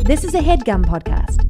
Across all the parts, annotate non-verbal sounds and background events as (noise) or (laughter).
This is a headgum podcast.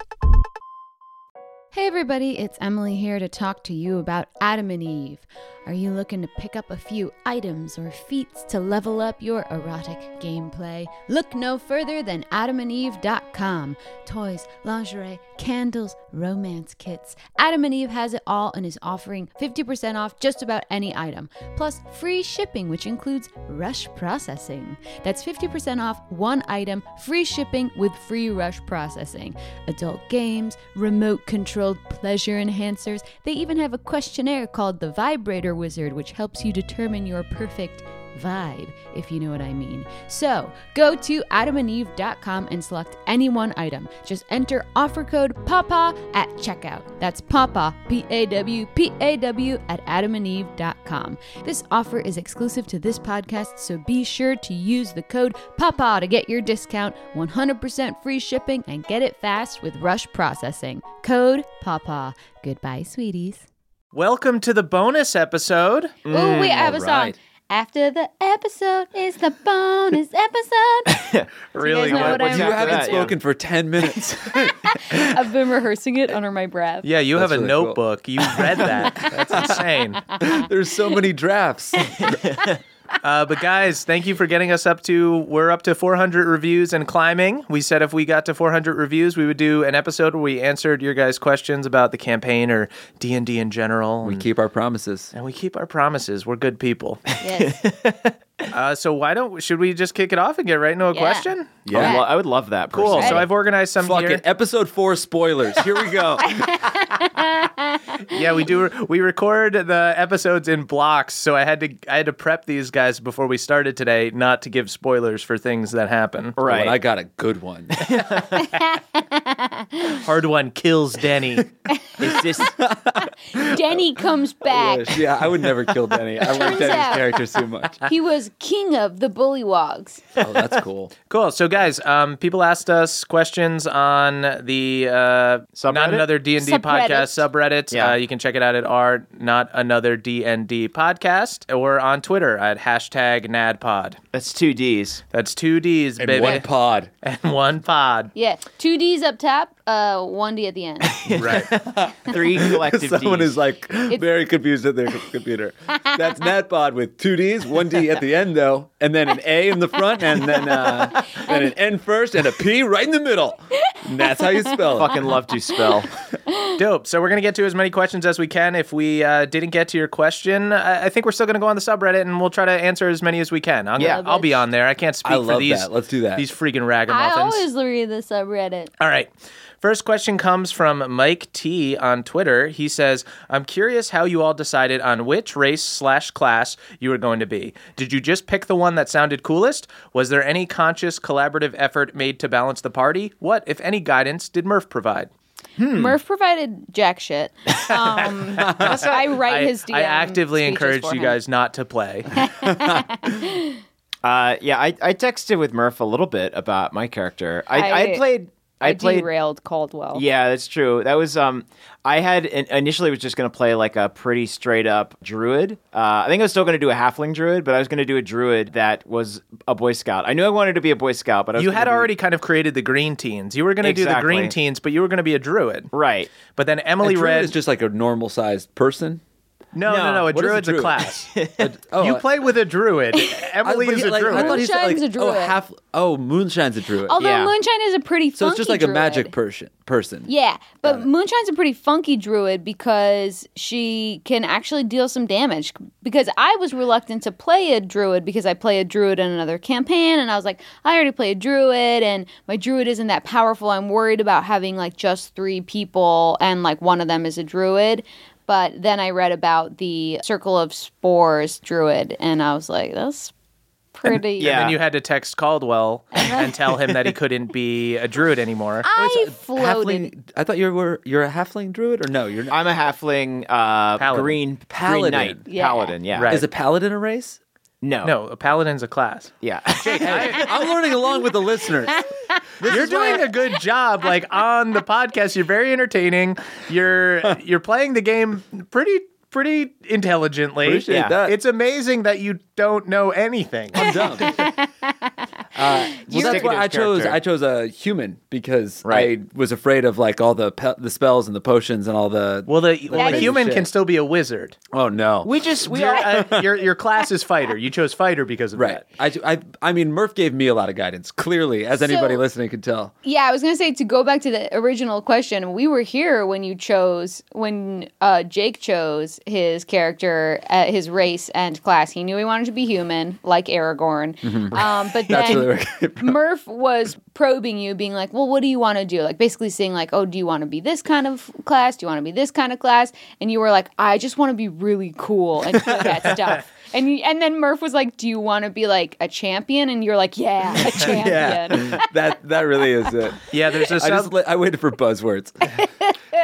Hey everybody, it's Emily here to talk to you about Adam and Eve. Are you looking to pick up a few items or feats to level up your erotic gameplay? Look no further than adamandeve.com. Toys, lingerie, candles, romance kits. Adam and Eve has it all and is offering 50% off just about any item, plus free shipping, which includes rush processing. That's 50% off one item, free shipping with free rush processing. Adult games, remote controlled pleasure enhancers. They even have a questionnaire called the Vibrator Wizard, which helps you determine your perfect vibe, if you know what I mean. So go to adamandeve.com and select any one item. Just enter offer code PAPA at checkout. That's PAPA, P A W P A W, at adamandeve.com. This offer is exclusive to this podcast, so be sure to use the code PAPA to get your discount, 100% free shipping, and get it fast with rush processing. Code PAPA. Goodbye, sweeties. Welcome to the bonus episode. Oh, wait, I have a alright. song. After the episode is the bonus episode. really, know what I meant? what's You after haven't that, yeah? spoken for (laughs) 10 minutes. (laughs) I've been rehearsing it under my breath. Yeah, you have a That's really cool. notebook. You read (laughs) that. That's insane. There's so many (laughs) drafts. Uh, but guys, thank you for getting us up to. We're up to 400 reviews and climbing. We said if we got to 400 reviews, we would do an episode where we answered your guys' questions about the campaign or D and D in general. we and- keep our promises. and we keep our promises. We're good people. Yes. Uh, so why don't should we just kick it off and get right into a Yeah. question? Yeah. I, would lo- I would love that. Cool. personally. So I've organized some Fuck here. it. Episode four spoilers. Here we go. yeah, we do. We record the episodes in blocks, so I had to I had to prep these guys before we started today, not to give spoilers for things that happen. (laughs) right. But Oh, I got a good (laughs) one. Hard one kills Denny. is this Denny comes back. Wish. (laughs) Yeah, I would never kill Denny. I Turns worked at out- his character too (laughs) much. He was king of the bullywogs. Oh, that's cool. cool. So guys, um, people asked us questions on the uh, Subreddit? not another D and D Subreddit. podcast subreddit. Yeah. Uh, you can check it out at r not another D and D podcast or on Twitter at hashtag NadPod. that's two D's. That's two D's, And baby, one pod. (laughs) and one pod. Yeah, two D's up top, uh, one D at the end. Right. Three (laughs) collective Someone D's. is like very confused (laughs) at their co- computer. That's NatPod with two D's, one D at the end though, and then an A in the front, and then (laughs) uh, then an N first and a P right in the middle. And that's how you spell it. fucking love to spell. (laughs) Dope. So we're gonna get to as many questions as we can. If we uh, didn't get to your question, I, I think we're still gonna go on the subreddit and we'll try to answer as many as we can. I'll, Yeah. I'll be on there. I can't speak I for love these. that. Let's do that. These freaking I ragamuffins. always read the subreddit. All right. First question comes from Mike T on Twitter. He says, "I'm curious how you all decided on which race slash class you were going to be. Did you just pick the one that sounded coolest? Was there any conscious collaborative effort made to balance the party? What, if any, guidance did Murph provide?" Murph provided jack shit. Um, I write I, his DM. I actively speeches encourage for you him. guys not to (laughs) play. Uh, yeah, I, I texted with Murph a little bit about my character. I, I- I, played. I, I played. derailed Caldwell. Yeah, that's true. That was um, I had in- initially was just gonna play like a pretty straight up druid. Uh, I think I was still gonna do a halfling druid, but I was gonna do a druid that was a boy scout. I knew I wanted to be a boy scout, but I was You gonna had do- already kind of created the green teens. You were going to do the green Exactly. teens, but you were going to be a druid. right. But then Emily A druid read. is just like a normal sized person. no, no, no, No. A What is a druid's a, druid? class. (laughs) Oh, you I- play with a druid. (laughs) I- Emily but is he- a like, druid. I thought he said Moonshine's like a oh druid. half oh moonshine's a druid. Although Yeah. Moonshine is a pretty so funky it's just like druid. a magic person person. Yeah, but Moonshine's a pretty funky druid because she can actually deal some damage. Because I was reluctant to play a druid because I play a druid in another campaign, and I was like, I already play a druid, and my druid isn't that powerful. I'm worried about having like just three people, and like one of them is a druid. But then I read about the Circle of Spores druid, and I was like, that's pretty. yeah. And then you had to text (laughs) Caldwell and tell him that he couldn't be a druid anymore. Ah. I floated. Halfling, I thought you were you're a halfling druid or no? You're not. I'm a halfling uh, Paladin. green Paladin. green knight Yeah. paladin. Yeah, Right. Is a paladin (laughs) a race? No, No, a paladin's a class. yeah. (laughs) I'm learning along with the listeners. you're doing a good (laughs) job, like on the podcast. You're very entertaining. You're (laughs) you're playing the game pretty pretty intelligently. Appreciate Yeah. that. It's amazing that you don't know anything. I'm dumb. Well, that's Stick it why to I his chose. character. I chose a human because Right. I was afraid of like all the pe- the spells and the potions and all the. Well, the, well, the is- human Shit. can still be a wizard. oh no! We just we Your, are uh, your your class is fighter. You chose fighter because of right. that. I, I I mean, Murph gave me a lot of guidance. Clearly, as anybody listening could tell. Yeah, I was gonna say to go back to the original question. We were here when you chose when uh, Jake chose his character, uh, his race and class. He knew he wanted to be human, like Aragorn. Um, but That's then really where it Murph was probing you, being like, "Well, what do you want to do?" Like basically saying, "Like, oh, do you want to be this kind of class? Do you want to be this kind of class?" And you were like, "I just want to be really cool and do that stuff." And you, and then Murph was like, "Do you want to be like a champion?" And you're like, (laughs) "Yeah, a champion." Yeah. (laughs) that that really is it. Yeah, there's a I just sub, li- I waited (laughs) for buzzwords.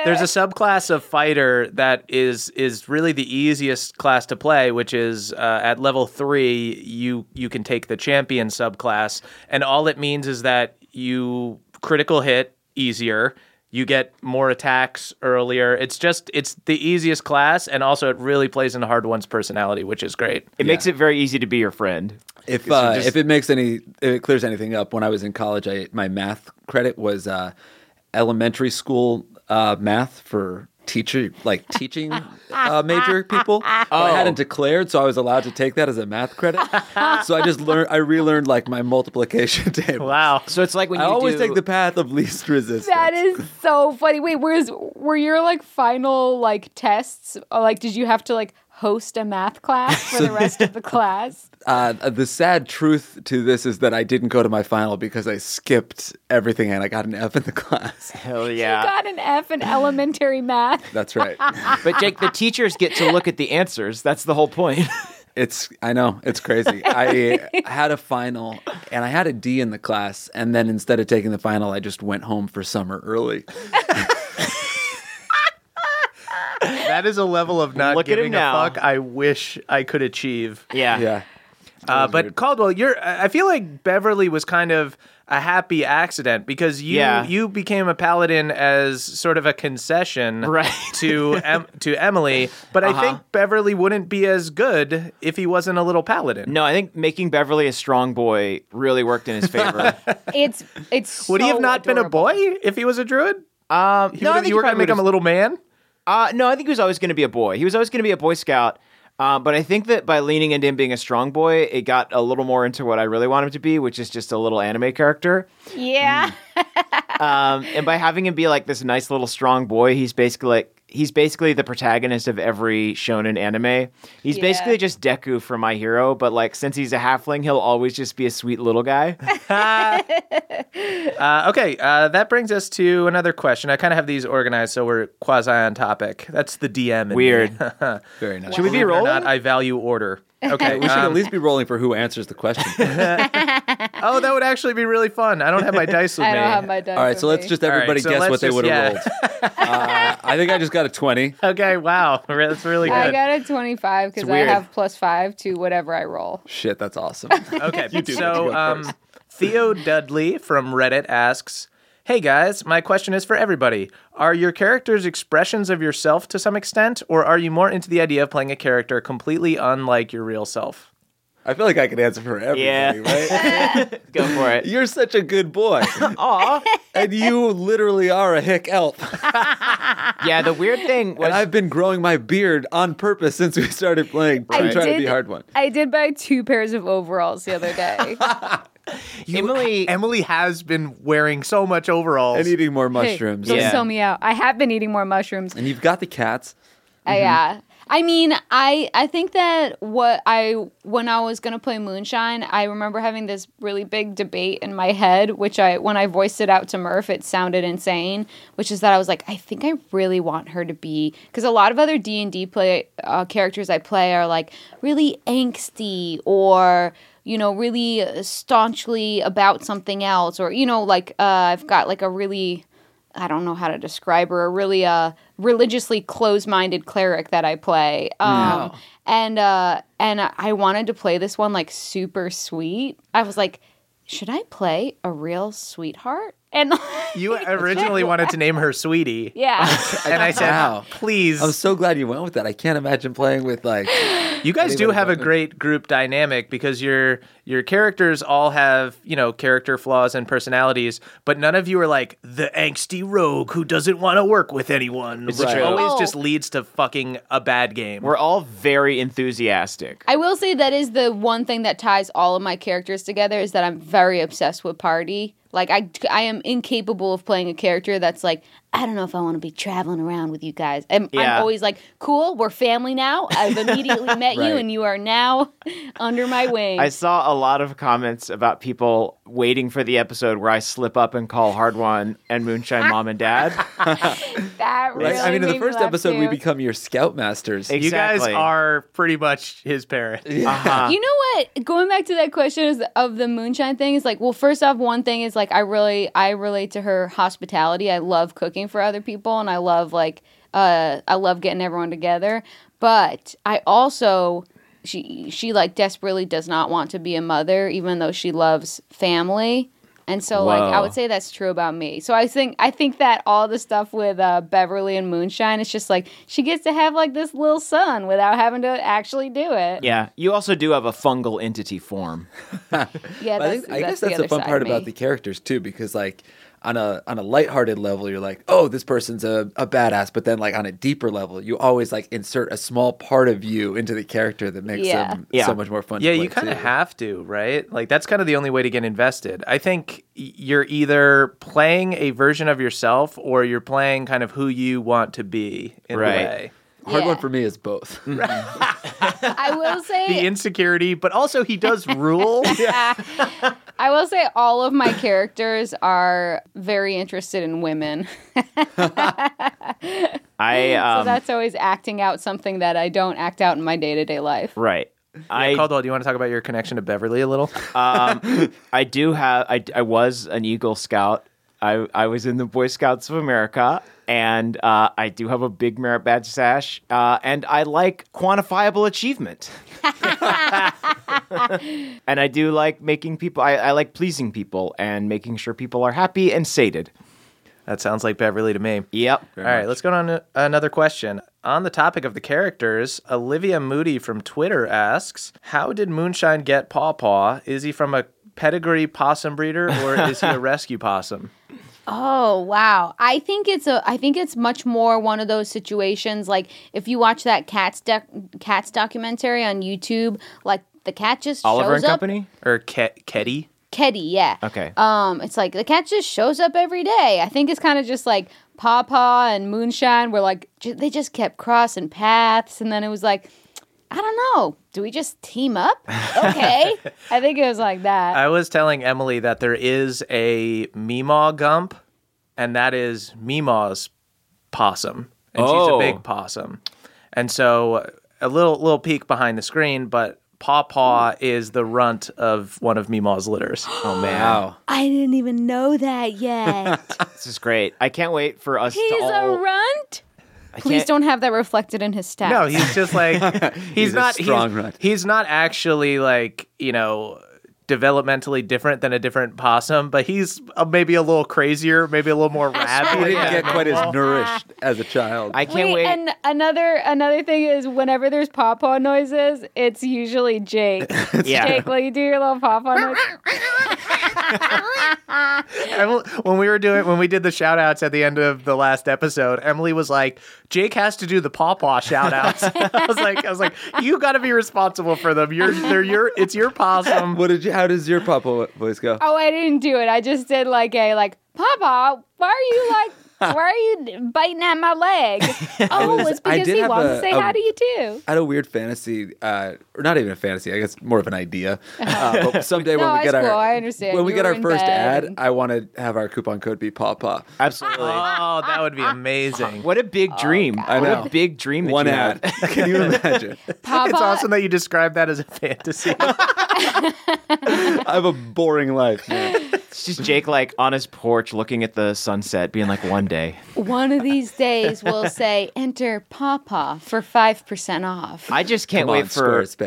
there's a subclass of fighter that is is really the easiest class to play, which is uh, at level three you you can take the champion subclass, and all it means is that you critical hit easier. You get more attacks earlier. It's just it's the easiest class, and also it really plays into hard one's personality, which is great. it makes it very easy to be your friend. If uh, if it makes any if it clears anything up, when I was in college, I my math credit was uh, elementary school uh, math for teacher like teaching uh, (laughs) major people. But I hadn't declared, so I was allowed to take that as a math credit. so I just learned I relearned like my multiplication (laughs) table. Wow. So it's like when I you always do, take the path of least resistance. That is so funny. Wait, where's were your like final like tests? Or, like, did you have to like host a math class for the rest (laughs) of the class? Uh, the sad truth to this is that I didn't go to my final because I skipped everything and I got an F in the (laughs) (laughs) class. hell You yeah. got an F in elementary math. That's right. But Jake, the teachers get to look at the answers. That's the whole point. It's I know it's crazy. I had a final and I had a D in the class, and then instead of taking the final, I just went home for summer early. That is a level of not Look at him giving a now. fuck I wish I could achieve. (laughs) Yeah. Yeah, Uh, but Caldwell, you're. I I feel like Beverly was kind of a happy accident because you Yeah. you became a paladin as sort of a concession Right. (laughs) Uh-huh. to em- to Emily. But I think Beverly wouldn't be as good if he wasn't a little paladin. No, I think making Beverly a strong boy really worked in his (laughs) favor. It's it's. Would he so have not adorable. been a boy if he was a druid? Um, He would've- you were gonna make him a little man. Uh, no, I think he was always going to be a boy. He was always going to be a Boy Scout. Uh, but I think that by leaning into him being a strong boy, it got a little more into what I really want him to be, which is just a little anime character. Hmm, Yeah. Um, and by having him be like this nice little strong boy, he's basically like he's basically the protagonist of every shonen anime. He's Yeah. basically just Deku for My Hero, but like since he's a halfling, he'll always just be a sweet little (laughs) guy. Uh, okay, uh, that brings us to another question. I kind of have these organized, so we're quasi on topic. That's the DM. in me. (laughs) Weird. very nice. Should we be Believe it or rolling? not, I value (laughs) order. Okay, We should um, at least be rolling for who answers (laughs) the question. Oh, that would actually be really fun. I don't have my dice (laughs) with I me. don't have my dice. All right, with so let's me. just everybody so guess let's what they just- would yeah. have rolled. Uh, I think I just got a twenty. Okay, wow. (laughs) That's really I good. got a twenty-five because I weird. have plus five to whatever I roll. Shit, that's awesome. Okay, get to so go um, Theo Dudley from Reddit asks Hey guys, my question is for everybody. Are your characters expressions of yourself to some extent, or are you more into the idea of playing a character completely unlike your real self? I feel like I could answer for (laughs) everybody, right? Go for (laughs) it. You're such a good boy, Aw. and you literally are a hick elf. (laughs) Yeah, the weird thing was And I've been growing my beard on purpose since we started playing. I'm I trying to did- be hard one. I did buy two pairs of overalls the other (laughs) day. (laughs) Emily Emily has been wearing so much overalls. And eating more Hey, mushrooms. Don't Yeah. sell me out. I have been eating more mushrooms. And you've got the cats. Uh, yeah. I mean, I I think that what I when I was gonna play Moonshine, I remember having this really big debate in my head, which I when I voiced it out to Murph, it sounded insane. Which is that I was like, I think I really want her to be because a lot of other D and D play uh, characters I play are like really angsty or you know really staunchly about something else or you know like uh, I've got like a really I don't know how to describe her, a really uh, religiously close-minded cleric that I play. Um, And uh, and I wanted to play this one like super sweet. I was like, should I play a real sweetheart? And (laughs) You originally wanted to name her Sweetie. yeah, And I said, Wow. Oh, please. I'm so glad you went with that. I can't imagine playing (laughs) with like. You guys do Anybody have a else? great group dynamic because your your characters all have, you know, character flaws and personalities, but none of you are like the angsty rogue who doesn't want to work with anyone, which true. always Oh. just leads to fucking a bad game. We're all very enthusiastic. I will say that is the one thing that ties all of my characters together is that I'm very obsessed with party. Like I, I am incapable of playing a character that's like I don't know if I want to be traveling around with you guys. I'm, Yeah. I'm always like, cool, we're family now. (laughs) I've immediately met you, Right. and you are now (laughs) under my wing. I saw a lot of comments about people waiting for the episode where I slip up and call Hard One and (laughs) Moonshine Mom and Dad. that Right? really I mean, in the made me first laugh, episode, we too. become your scoutmasters. Ex- you guys Exactly. are pretty much his parents. Uh-huh. You know what? Going back to that question is of the moonshine thing is like, well, first off, one thing is like I really I relate to her hospitality. I love cooking for other people and I love like uh I love getting everyone together. But I also she she like desperately does not want to be a mother even though she loves family. And so like I Whoa. would say that's true about me. So I think I think that all the stuff with uh, Beverly and Moonshine it's just like she gets to have like this little son without having to actually do it. Yeah, you also do have a fungal entity form. Yeah, But I, that's, think, I guess the that's the other fun side part of about me. the characters too, because like on a on a lighthearted level, you're like, oh, this person's a, a badass, but then like on a deeper level, you always like insert a small part of you into the character that makes Yeah. them Yeah. so much more fun. Yeah, to play you kind of too. have to, right? Like that's kind of the only way to get invested. I think y- you're either playing a version of yourself or you're playing kind of who you want to be in Right. a way. Hard Yeah. one for me is (laughs) both. (laughs) I will (laughs) The say, insecurity, but also he does rule. I will say, all of my characters are very interested in women. (laughs) I um, (laughs) so that's always acting out something that I don't act out in my day to day life. right. I Caldwell, do you want to talk about your connection to Beverly a little? I do have. I, I was an Eagle Scout. I I was in the Boy Scouts of America, and uh, I do have a big merit badge sash, uh, and I like quantifiable achievement. and I do like making people. I, I like pleasing people and making sure people are happy and sated. That sounds like Beverly to me. Yep. All right, let's go on to another question. On the topic of the characters, Olivia Moody from Twitter asks, "How did Moonshine get Paw Paw? Is he from a pedigree possum breeder, or is he a rescue possum?" Oh wow! I think it's a. I think it's much more one of those situations. Like if you watch that cats doc, cats documentary on YouTube, like the cat just Oliver shows and up. Company. Or Ke- Ketty? Keddy, yeah. Okay. Um, it's like the cat just shows up every day. I think it's kind of just like Pawpaw and Moonshine were like ju- they just kept crossing paths, and then it was like, I don't know, do we just team (laughs) up? Okay, I think it was like that. I was telling Emily that there is a Meemaw Gump, and that is Meemaw's possum, and she's a Oh. big possum, and so a little little peek behind the screen, but Paw Paw is the runt of one of Meemaw's (gasps) litters. Oh man. Wow. I didn't even know that (laughs) yet. This is great. I can't wait for us He's to all. a runt. I Please can't- don't have that reflected in his stats. No, he's just like (laughs) he's, a not strong he's, runt. he's not actually like you know developmentally different than a different possum, but he's uh, maybe a little crazier, maybe a little more He rabid. didn't get quite as nourished as a child. I can't Wait, wait. and another another thing is whenever there's pawpaw noises, it's usually Jake. (laughs) Yeah. Jake, will you do your little pawpaw noise? Emily- when we were doing when we did the shout outs at the end of the last episode, Emily was like, "Jake has to do the pawpaw shout outs." (laughs) I was like, "I was like, you got to be responsible for them. You're they're your it's your (laughs) possum." what did you? How does your papa voice go? Oh, I didn't do it. I just did like a like, Papa, why are you (laughs) like, why are you biting at my leg? oh, was- it's I because did he have wants a- to say a- how do you do. I had a weird fantasy, uh, or not even a fantasy. I guess more of (laughs) an idea. Uh, but someday No, when we get it's our cool. I understand. when we You get were our in first bed. ad, I want to have our coupon code be Pawpaw. Absolutely. Oh, that would be amazing. (laughs) What a big dream. I Oh, what know. a big dream that One you ad. (laughs) had. Can (laughs) you imagine? Papa, It's awesome that you describe that as a fantasy. I have a boring life. Man. It's just Jake like on his porch looking at the sunset, being like, one day. One of these days, (laughs) we'll say, enter Papa for 5% off. I just can't Come wait on, (laughs) for Squarespace.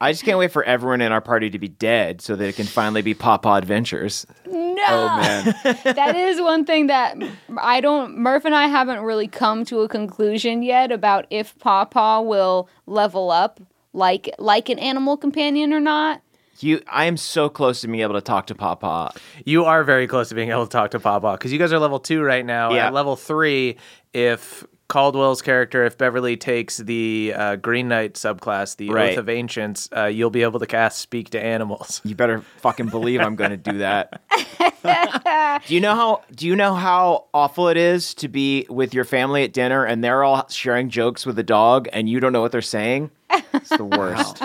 I just can't wait for everyone in our party to be dead so that it can finally be Papa Adventures. no! oh man, (laughs) that is one thing that I don't. Murph and I haven't really come to a conclusion yet about if Pawpaw will level up like like an animal companion or not. You I am so close to being able to talk to Papa. (laughs) You are very close to being able to talk to Papa because you guys are level two right now. Yeah. At level three, if Caldwell's character, if Beverly takes the uh, Green Knight subclass, the Right. Oath of Ancients, uh, you'll be able to cast Speak to Animals. You better fucking believe I'm going to do (laughs) that. do you know how do you know how awful it is to be with your family at dinner and they're all sharing jokes with the dog and you don't know what they're saying? It's the worst.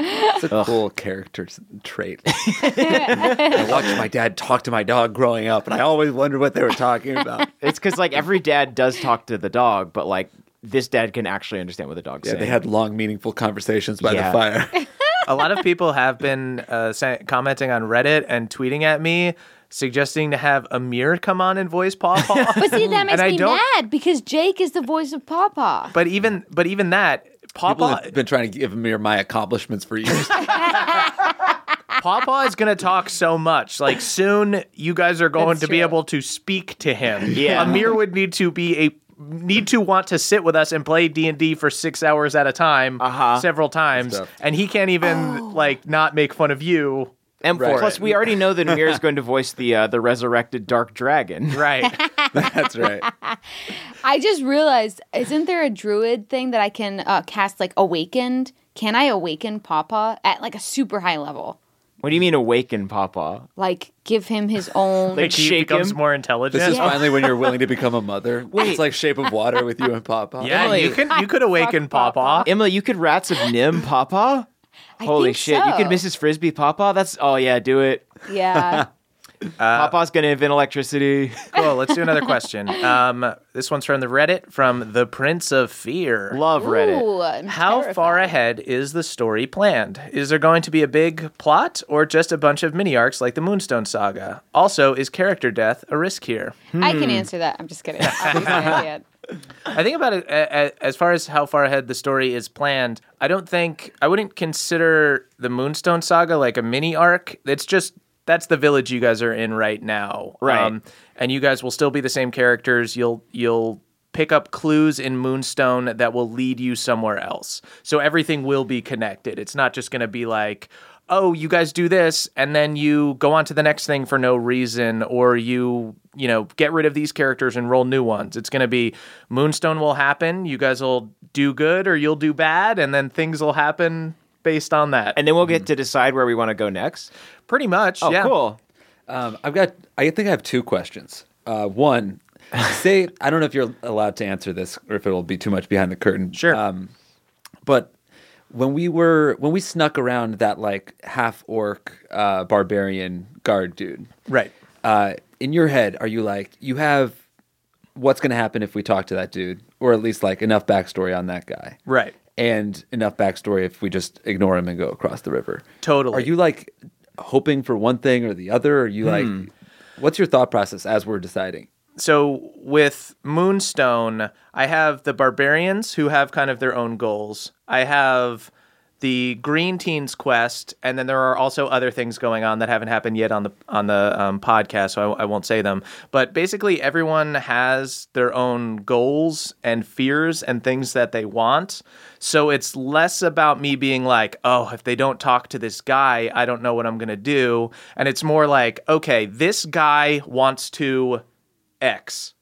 it's a cool character s- (laughs) trait. I watched my dad talk to my dog growing up, and I always wondered what they were talking about. It's because like every dad does talk to the dog, but like this dad can actually understand what the dog's Yeah, saying. they had long, meaningful conversations by Yeah. the (laughs) fire. A lot of people have been uh, sa- commenting on Reddit and tweeting at me. Suggesting to have Amir come on and (laughs) voice Pawpaw. But see, Mm. that makes and I me don't, mad because Jake is the voice of Pawpaw. But even but even that, People Pawpaw have been trying to give me my accomplishments for years. (laughs) Pawpaw is going to talk so much. Like soon, you guys are going That's to be true. able to speak to him. Yeah. Amir would need to be a need to want to sit with us and play D and D for six hours at a time, Uh-huh. several times, That's tough. and he can't even Oh. like not make fun of you. and Right. plus, we already know that Amir is going to voice the uh, the resurrected dark (laughs) dragon. (laughs) Right. That's right. I just realized, isn't there a druid thing that I can uh, cast like awakened? Can I awaken Pawpaw at like a super high level? What do you mean awaken, Papa? Like give him (laughs) his own. Like, he shake becomes him. more This intelligent. is finally when you're willing to become a mother. It's like Shape of Water with you and Papa. yeah, you Emily. can you could awaken Pawpaw. (laughs) Emily, you could rats of Nim, Papa. I Holy think shit! You so. could Mrs. Frisbee, Papa. That's oh yeah, do it. (laughs) (laughs) yeah. Uh, Papa's gonna invent electricity. (laughs) Cool. Let's do another question. Um, this one's from the Reddit from the Prince of Fear. Love Reddit. Ooh, I'm How far terrified. ahead is the story planned? Is there going to be a big plot or just a bunch of mini arcs like the Moonstone saga? Also, is character death a risk here? I Hmm. can answer that. I'm just kidding. (laughs) Obviously, I can't. I think about it a- a- as far as how far ahead the story is planned. I don't think I wouldn't consider the Moonstone saga like a mini arc. It's just that's the village you guys are in right now, Um, Right. and you guys will still be the same characters. You'll you'll pick up clues in Moonstone that will lead you somewhere else. So everything will be connected. It's not just going to be like. Oh, you guys do this and then you go on to the next thing for no reason or you, you know, get rid of these characters and roll new ones. It's going to be Moonstone will happen, you guys will do good or you'll do bad and then things will happen based on that. And then we'll get to decide where we want to go next. pretty much, Oh, yeah. cool. Um, I've got. I think I have two questions. Uh, one, say I don't know if you're allowed to answer this or if it'll be too much behind the curtain. Sure. Um, but when we were when we snuck around that like half orc uh, barbarian guard dude, Right. uh, in your head, are you like you have what's going to happen if we talk to that dude, or at least like enough backstory on that guy, Right. And enough backstory if we just ignore him and go across the river. Totally. Are you like hoping for one thing or the other? Or are you Hmm. like, what's your thought process as we're deciding? so with Moonstone, I have the barbarians who have kind of their own goals. I have the Green Teens quest, and then there are also other things going on that haven't happened yet on the on the um, podcast, so I, I won't say them. But basically, everyone has their own goals and fears and things that they want. So it's less about me being like, oh, if they don't talk to this guy, I don't know what I'm gonna do, and it's more like, okay, this guy wants to X.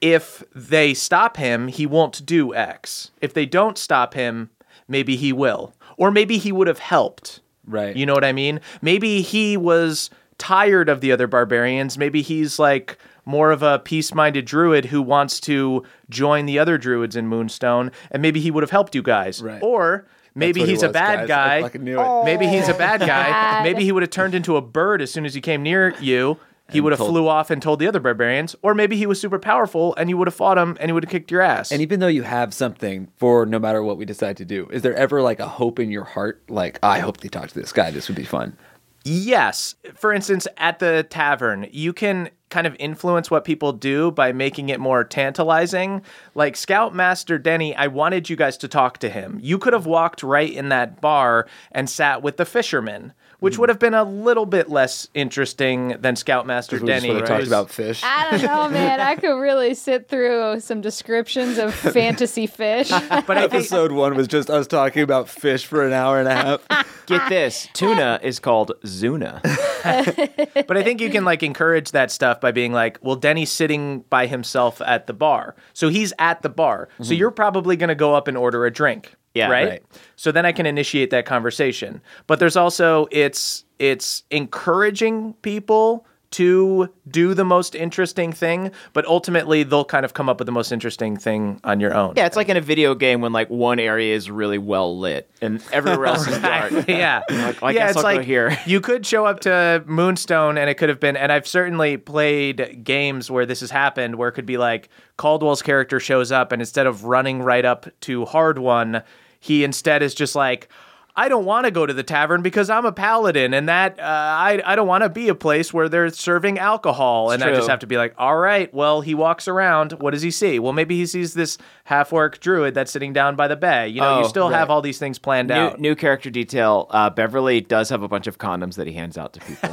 If they stop him, he won't do X. If they don't stop him, maybe he will. Or maybe he would have helped. Right. You know what I mean? Maybe he was tired of the other barbarians. Maybe he's like more of a peace minded druid who wants to join the other druids in Moonstone, and maybe he would have helped you guys. Right. Or maybe what it he's a was, bad guys. I guy. fucking knew it. Maybe he's a bad guy. Maybe he would have turned into a bird as soon as he came near you. He would have told- flew off and told the other barbarians, or maybe he was super powerful and you would have fought him and he would have kicked your ass. And even though you have something for no matter what we decide to do, is there ever like a hope in your heart? Like, I hope they talk to this guy. This would be fun. Yes. For instance, at the tavern, you can kind of influence what people do by making it more tantalizing. Like Scoutmaster Denny, I wanted you guys to talk to him. You could have walked right in that bar and sat with the fisherman, which Hmm. would have been a little bit less interesting than Scoutmaster We just Denny. would have who's- talked about fish. I don't know, man. I could really sit through some descriptions (laughs) of fantasy fish. But I think Episode one was just us talking about fish for an hour and a half. Get this, (laughs) tuna is called Zuna. But I think you can like encourage that stuff by being like, well, Denny's sitting by himself at the bar. So he's at the bar. So you're probably going to go up and order a drink. Yeah, Right? right. So then I can initiate that conversation. But there's also it's it's encouraging people to do the most interesting thing, but ultimately they'll kind of come up with the most interesting thing on your own. Yeah, it's like in a video game when like one area is really well lit and everywhere else (laughs) is (laughs) dark. yeah. I yeah, guess it's I'll go like here. (laughs) you could show up to Moonstone and it could have been and I've certainly played games where this has happened where it could be like Caldwell's character shows up and instead of running right up to hard one, he instead is just like I don't want to go to the tavern because I'm a paladin, and that uh, I I don't want to be a place where they're serving alcohol, and I just true. have to be like, all right, well, he walks around. What does he see? Well, maybe he sees this half-orc druid that's sitting down by the bay. You know, you Oh, still have right. all these things planned New, out. new character detail. Uh, Beverly does have a bunch of condoms that he hands out to (laughs) people.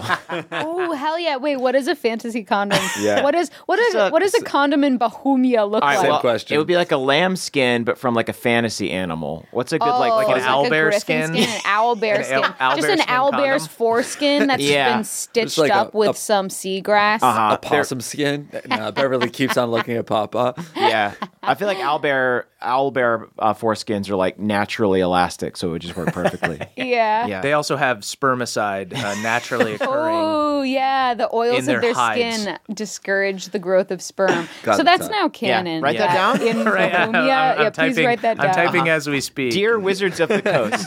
oh hell yeah! Wait, what is a fantasy condom? Yeah. What is what is a- what does a condom in Bohemia look All like? right, well, question. It would be like a lamb skin, but from like a fantasy animal. What's a good like? Oh, Like an it's an owl a bear griffin skin? an owl bear An skin, owl- owl just bear an skin owl condom? bear's foreskin that's Yeah. been stitched like a- up with a- some seagrass. Uh-huh. Uh, a possum skin. (laughs) Nah, Beverly keeps on looking (laughs) at Papa. yeah. I feel like owl bear owl bear uh, foreskins are like naturally elastic, so it would just work perfectly. (laughs) Yeah. Yeah. They also have spermicide uh, naturally (laughs) occurring. Oh yeah, the oils In of their their, hides. skin discourage the growth of sperm. Got so it, that's got it. now canon. write that Yeah. down? (laughs) In Bohemia. I'm- yeah, I'm please typing- write that down. I'm typing as we speak. Uh-huh. Dear wizards of the (laughs) coast,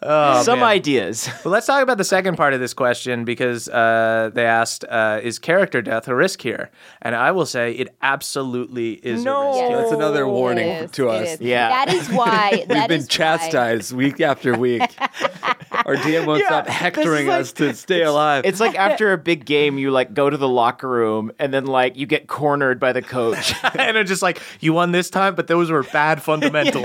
Oh, some man. ideas. Well, let's talk about the second part of this question because uh, they asked, uh, "Is character death a risk here?" And I will say it absolutely is. No. a risk. Yes. here. That's another It warning is, to it us. is. Yeah. That is why that We've been is why- chastised week (laughs) after week. Our DM won't stop hectoring us to stay alive. It's like after a big game, you like go to the locker room and then like you get cornered by the coach. (laughs) (laughs) and it's just like you won this time, but those were bad fundamentals.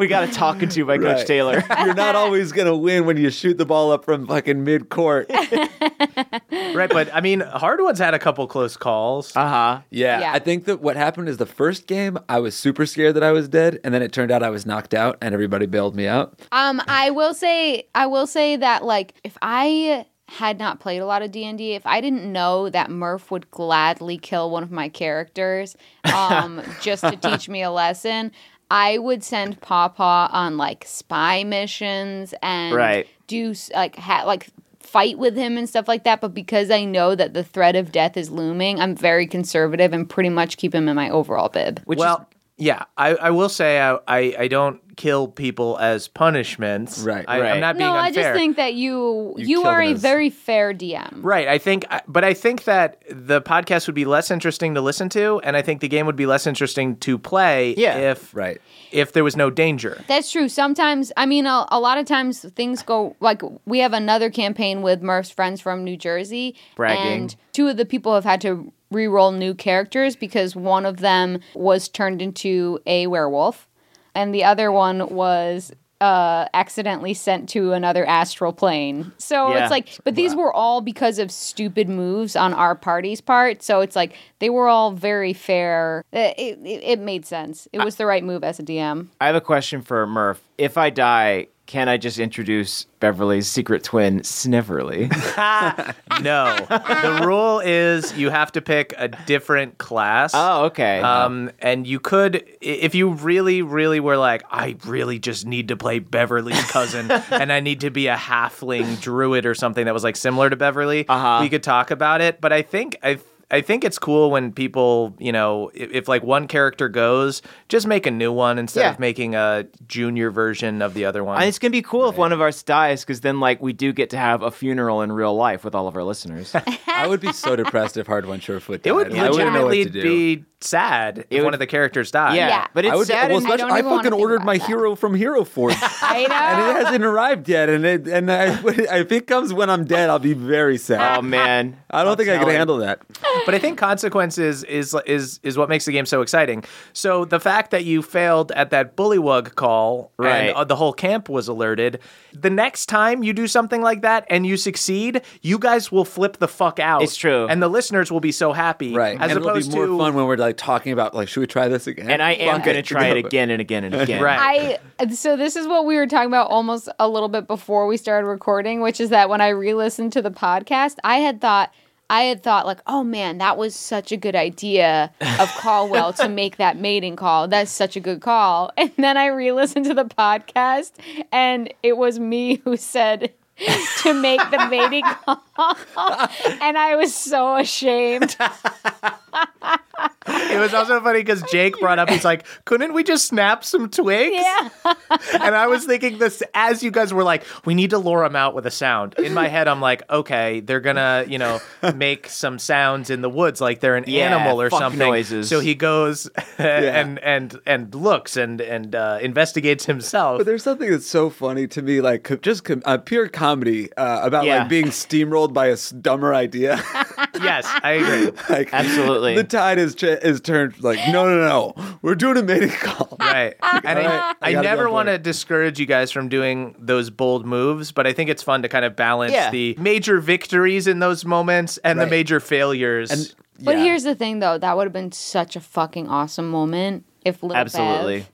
we got to talk into by Right. Coach (laughs) (laughs) Taylor. You're not always gonna win when you shoot the ball up from fucking (laughs) mid court. (laughs) right, but I mean, hard ones had a couple close calls. Uh huh. Yeah, Yeah. I think that what happened is the first game I was super scared that I was dead, and then it turned out I was knocked out, and everybody bailed (laughs) me out. Um, I will say, I will say that like if I had not played a lot of D and D, if I didn't know that Murph would gladly kill one of my characters, um, just to teach me a lesson, I would send Pawpaw on like spy missions and Right. do s- like ha- like fight with him and stuff like that. But because I know that the threat of death is looming, I'm very conservative and pretty much keep him in my overall bib. Which well, yeah, I, I will say I, I I don't kill people as punishments. Right. I, I'm Right. not being No, I unfair. just think that you you, killed are him a as- very fair DM. Right. I think, uh, but I think that the podcast would be less interesting to listen to, and I think the game would be less interesting to play. Yeah, If right. If there was no danger. That's true. Sometimes, I mean, a, a lot of times things go like we have another campaign with Murph's friends from New Jersey. Bragging. And two of the people have had to re-roll new characters because one of them was turned into a werewolf, and the other one was uh, accidentally sent to another astral plane. So Yeah. it's like, but these were all because of stupid moves on our party's part. So it's like they were all very fair. It, it, it made sense. It was the right move as a DM. I have a question for Murph. If I die, can I just introduce Beverly's secret twin, Sniverly? (laughs) (laughs) No. the rule is you have to pick a different class. oh, okay. Um, and you could, i- if you really, really were like, I really just need to play Beverly's (laughs) cousin, and I need to be a halfling druid or something that was like similar to Beverly. Uh-huh. We could talk about it, but I think I, I think it's cool when people, you know, if, if like one character goes, just make a new one instead Yeah. of making a junior version of the other one. And it's gonna be cool if one of us dies, because then like we do get to have a funeral in real life with all of our (laughs) listeners. I would be so depressed if Hard One Surefoot died. it would I wouldn't know what legitimately to do. be sad if would- one of the characters died. Yeah, Yeah. but it's I would. sad. I well, and- especially- don't I, even wanna fucking think ordered about my that. hero from Hero Force, (laughs) I know. and it hasn't arrived yet. And it and I, (laughs) if it comes when I'm dead, I'll be very sad. oh man, I don't think I can telling. handle that. but I think consequences is is is what makes the game so exciting. So the fact that you failed at that bullywug call Right. and uh, the whole camp was alerted, the next time you do something like that and you succeed, you guys will flip the fuck out. It's true. and the listeners will be so happy. Right. as and opposed it'll be to more fun when we're like talking about like, should we try this again? and I am Fuck gonna try it (laughs) No. again and again and again. Right. I so this is what we were talking about almost a little bit before we started recording, which is that when I re-listened to the podcast, I had thought I had thought like, oh man, that was such a good idea of Caldwell to make that mating call. That's such a good call. (laughs) And then I re-listened to the podcast, and it was me who said. to make the mating (laughs) call, and I was so ashamed. (laughs) it was also funny because Jake brought up he's like, couldn't we just snap some twigs? Yeah, and I was thinking this as you guys were like, we need to lure them out with a sound. In my head, I'm like, okay, they're gonna, you know, make some sounds in the woods like they're an Yeah, animal or fuck something. noises. So he goes (laughs) and and and looks and and uh, investigates himself. But there's something that's so funny to me, like co- just com- uh, pure comedy uh, about Yeah. like being steamrolled by a s- dumber idea. (laughs) yes, I agree. like Absolutely. the tide is ch- is turned. Like no, no, no, we're doing a mating call. (laughs) Right. And All I, right, I I, gotta go never for want to it. discourage you guys from doing those bold moves, but I think it's fun to kind of balance Yeah. the major victories in those moments and the Right. major failures. And- but Yeah. here's the thing, though. That would have been such a fucking awesome moment if Lil Absolutely. Bev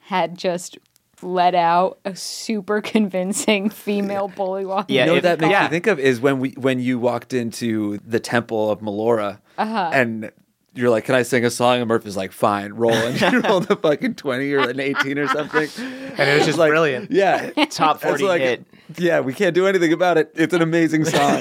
had just let out a super (laughs) convincing female bullywog. Yeah, You know what if- that makes yeah. me think of is when we when you walked into the temple of Melora and you're like, "Can I sing a song?" And Murph is like, "Fine, (laughs) roll." And you rolled a fucking twenty or an eighteen or something, and it was just (laughs) like brilliant. Yeah, it's Top forty like, hit. yeah, we can't do anything about it. It's an (laughs) amazing song.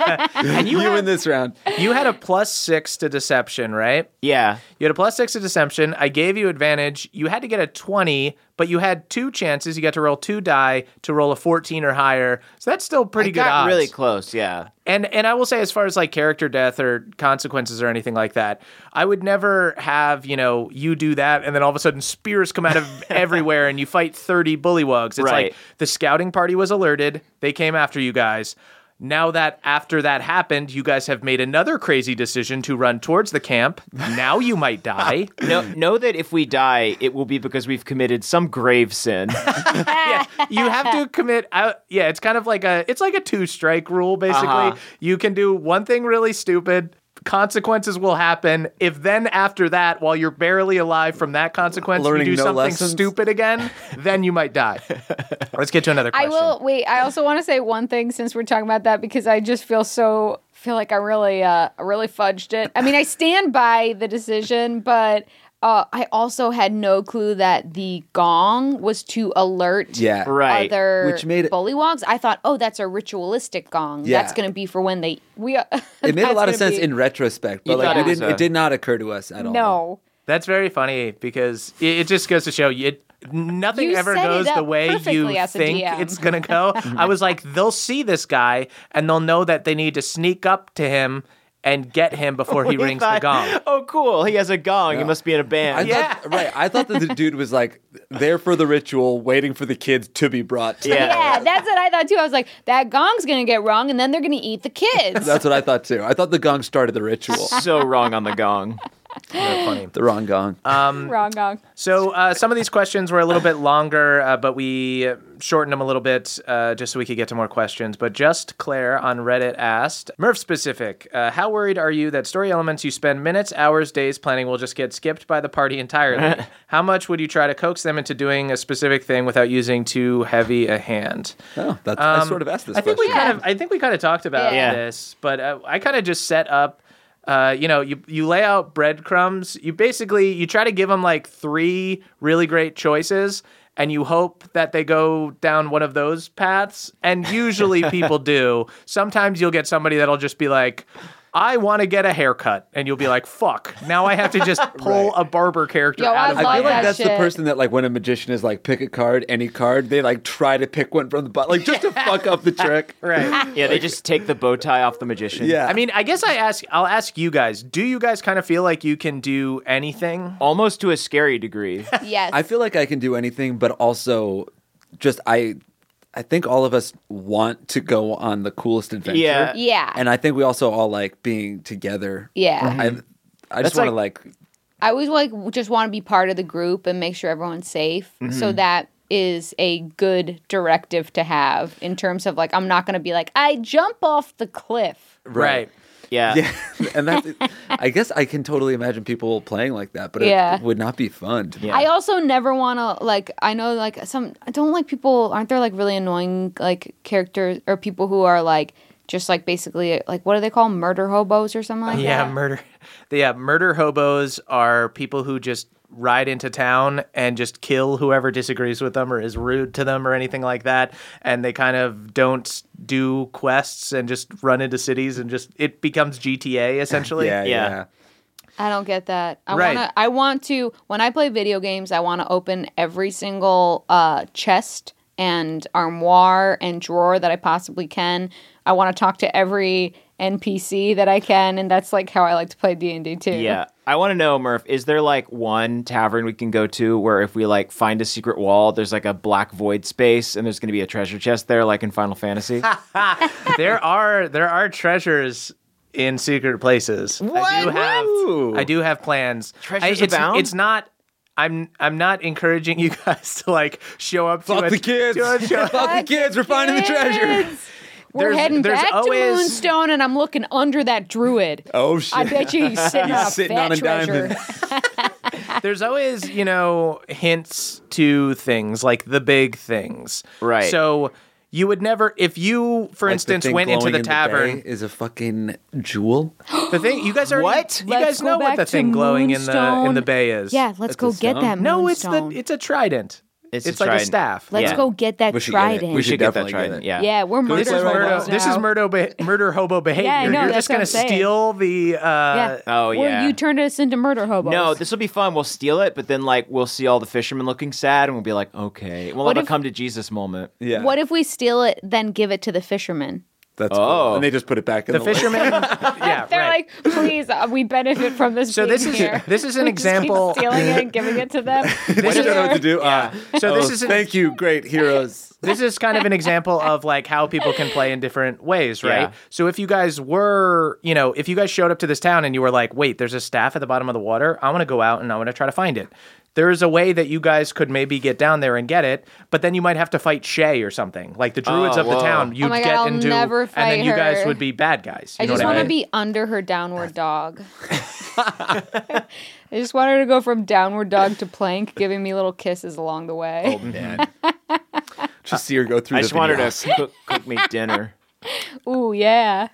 and you, win this round. You had a plus six to deception, right? Yeah. You had a plus six to deception. I gave you advantage. You had to get a 20, but you had two chances. You got to roll two die to roll a 14 or higher. So that's still pretty I good got odds. really close. Yeah. And and I will say, as far as like character death or consequences or anything like that, I would never have you know you do that and then all of a sudden spears come out of everywhere and you fight thirty bullywugs. It's Right. like the scouting party was alerted. They came after you guys. Now that after that happened, you guys have made another crazy decision to run towards the camp. Now you might die. Know, know that if we die, it will be because we've committed some grave (laughs) sin. yeah, you have to commit. Out, yeah, it's kind of like a it's like a two strike rule. Basically, Uh-huh. you can do one thing really stupid. Consequences will happen. If then after that, while you're barely alive from that consequence, Learning you do no something lessons? stupid again, then you might (laughs) die. Let's get to another I question. will wait. I also want to say one thing since we're talking about that because I just feel so feel like I really uh I really fudged it. I mean, I stand by the decision, but uh, I also had no clue that the gong was to alert Yeah, right. other Which made it- bullywogs. I thought, oh, that's a ritualistic gong. Yeah. That's going to be for when they we. (laughs) It made a lot of sense in retrospect, but You like thought we it was didn't, a- it did not occur to us at all. no. That's very funny because it, it just goes to show you. It, Nothing You ever set it goes the up way you perfectly as a think DM. it's gonna go. I was like, they'll see this guy and they'll know that they need to sneak up to him and get him before (laughs) he We rings the thought, gong. Oh, cool. He has a gong. He must be in a I band. Yeah. thought, right. I thought that the dude was like there for the ritual, waiting for the kids to be brought. To Yeah. Yeah, that's what I thought too. I was like, that gong's gonna get wrong, and then they're gonna eat the kids. That's what I thought too. I thought the gong started the ritual. So wrong on (laughs) the gong. Very funny. the wrong gong. Um, wrong gong. So uh, some of these questions were a little bit longer, uh, but we uh, shortened them a little bit uh, just so we could get to more questions. But just Claire on Reddit asked Murph specific. Uh, how worried are you that story elements you spend minutes, hours, days planning will just get skipped by the party entirely? how much would you try to coax them into doing a specific thing without using too heavy a hand? oh, that's, I sort of asked this I think question. we kind of I think we kind of talked about Yeah. this, but uh, I kind of just set up. Uh, you know, you you lay out breadcrumbs. You basically you try to give them like three really great choices, and you hope that they go down one of (laughs) those paths. And usually people do. Sometimes you'll get somebody that'll just be like. I want to get a haircut, and you'll be like, fuck. Now I have to (laughs) just pull a barber character Yo, out I of my I love feel like that that's the shit. person that like when a magician is like pick a card, any card, they like try to pick one from the butt, like just to fuck up the trick. right. (laughs) Yeah, they just take the bow tie off the magician. Yeah. I mean, I guess I ask. I'll ask you guys. Do you guys kind of feel like you can do anything? Almost to a (laughs) scary degree. Yes. I feel like I can do anything, but also just I I think all of us want to go on the coolest adventure. Yeah. yeah. And Mm-hmm. I think we also all like being together. yeah. I I just That's want to like, I always like just want to be part of the group and make sure everyone's safe. So Mm-hmm. that is a good directive to have in terms of like I'm not going to be like I jump off the cliff. Right. Yeah. (laughs) Yeah. and that's I guess I can totally imagine people playing like that, but Yeah. it would not be fun. To Yeah. I also never want to like I know like some I don't like people aren't there like really annoying like characters or people who are like just like basically like what do they call 'em? murder hobos or something like Yeah, that. murder. (laughs) Yeah, murder hobos are people who just ride into town and just kill whoever disagrees with them or is rude to them or anything like that. And they kind of don't do quests and just run into cities and just it becomes (laughs) GTA essentially. Yeah, yeah. Yeah. I don't get that. I Right. want to. I want to. When I play video games, I want to open every single uh, chest and armoire and drawer that I possibly can. I want to talk to every NPC that I can, and that's like how I like to play D and D too. Yeah. I want to know, Murph, is there like one tavern we can go to where if we like find a secret wall, there's like a black void space and there's going to be a treasure chest there, like in (laughs) Final Fantasy? (laughs) there are there are treasures in secret places. I do have What? I do have plans. Treasures I, it's, abound? It's not. I'm I'm not encouraging (laughs) you guys to like show up to Fuck a, the kids. to a show- (laughs) Fuck Oh, the kids, we're finding the treasure. Kids! We're There's- heading there's back always- to Moonstone, and I'm looking under that druid. Oh shit. I bet you he's (laughs) sitting on a sitting fat on a treasure. diamond. (laughs) There's always, you know, hints to things like the big things. Right. So you would never, if you, for Like, the instance, thing went into glowing the in tavern, bay is a fucking (gasps) jewel. the, thing you guys are What? You Let's guys know go what back the to thing glowing in the in the Moonstone. bay is. Yeah, let's go get that. No, it's moonstone. the it's a trident. It's It's, a like trident. a staff. Let's Yeah. go get that We should get it. trident. We we should should get that definitely get trident. it. Yeah. yeah, we're Go This Play is, murder right murder, hobos now. this is now. murder, obe- (laughs) murder hobo behavior. I know, You're that's just what gonna I'm saying. steal the. Uh, Yeah. Oh, yeah. Or you turned us into murder hobos. No, this will be fun. We'll steal it, but then like we'll see all the fishermen looking sad, and we'll be like, okay, we'll What have a if- come to Jesus moment. Yeah. What if we steal it, then give it to the fishermen? That's Oh. cool. And they just put it back in the the, (laughs) lake. fisherman. yeah, They're right. like, please, uh, we benefit from this. So being this is- here. this is an (laughs) We just keep example- stealing it and giving it to (laughs) them. (laughs) They is- don't know what to do. Uh, So so this this is is an- thank you, (laughs) great heroes. this is (laughs) kind of an example of like how people can play in different ways, right? Yeah. So if you guys were, you know, if you guys showed up to this town and you were like, "Wait, there's a staff at the bottom of the water. I want to go out and I want to try to find it." There is a way that you guys could maybe get down there and get it, but then you might have to fight Shay or something. Like the druids Oh, of the whoa. town, you'd my God, get I'll into, never and fight then you guys her. would be bad guys. You I know just what want I to mean? be under her downward (laughs) dog. I just want her to go from downward dog to plank, giving me little kisses along the Oh, way. man. just see her go through. I the just wanted vinyasa. to cook, (laughs) cook me dinner. Ooh, yeah.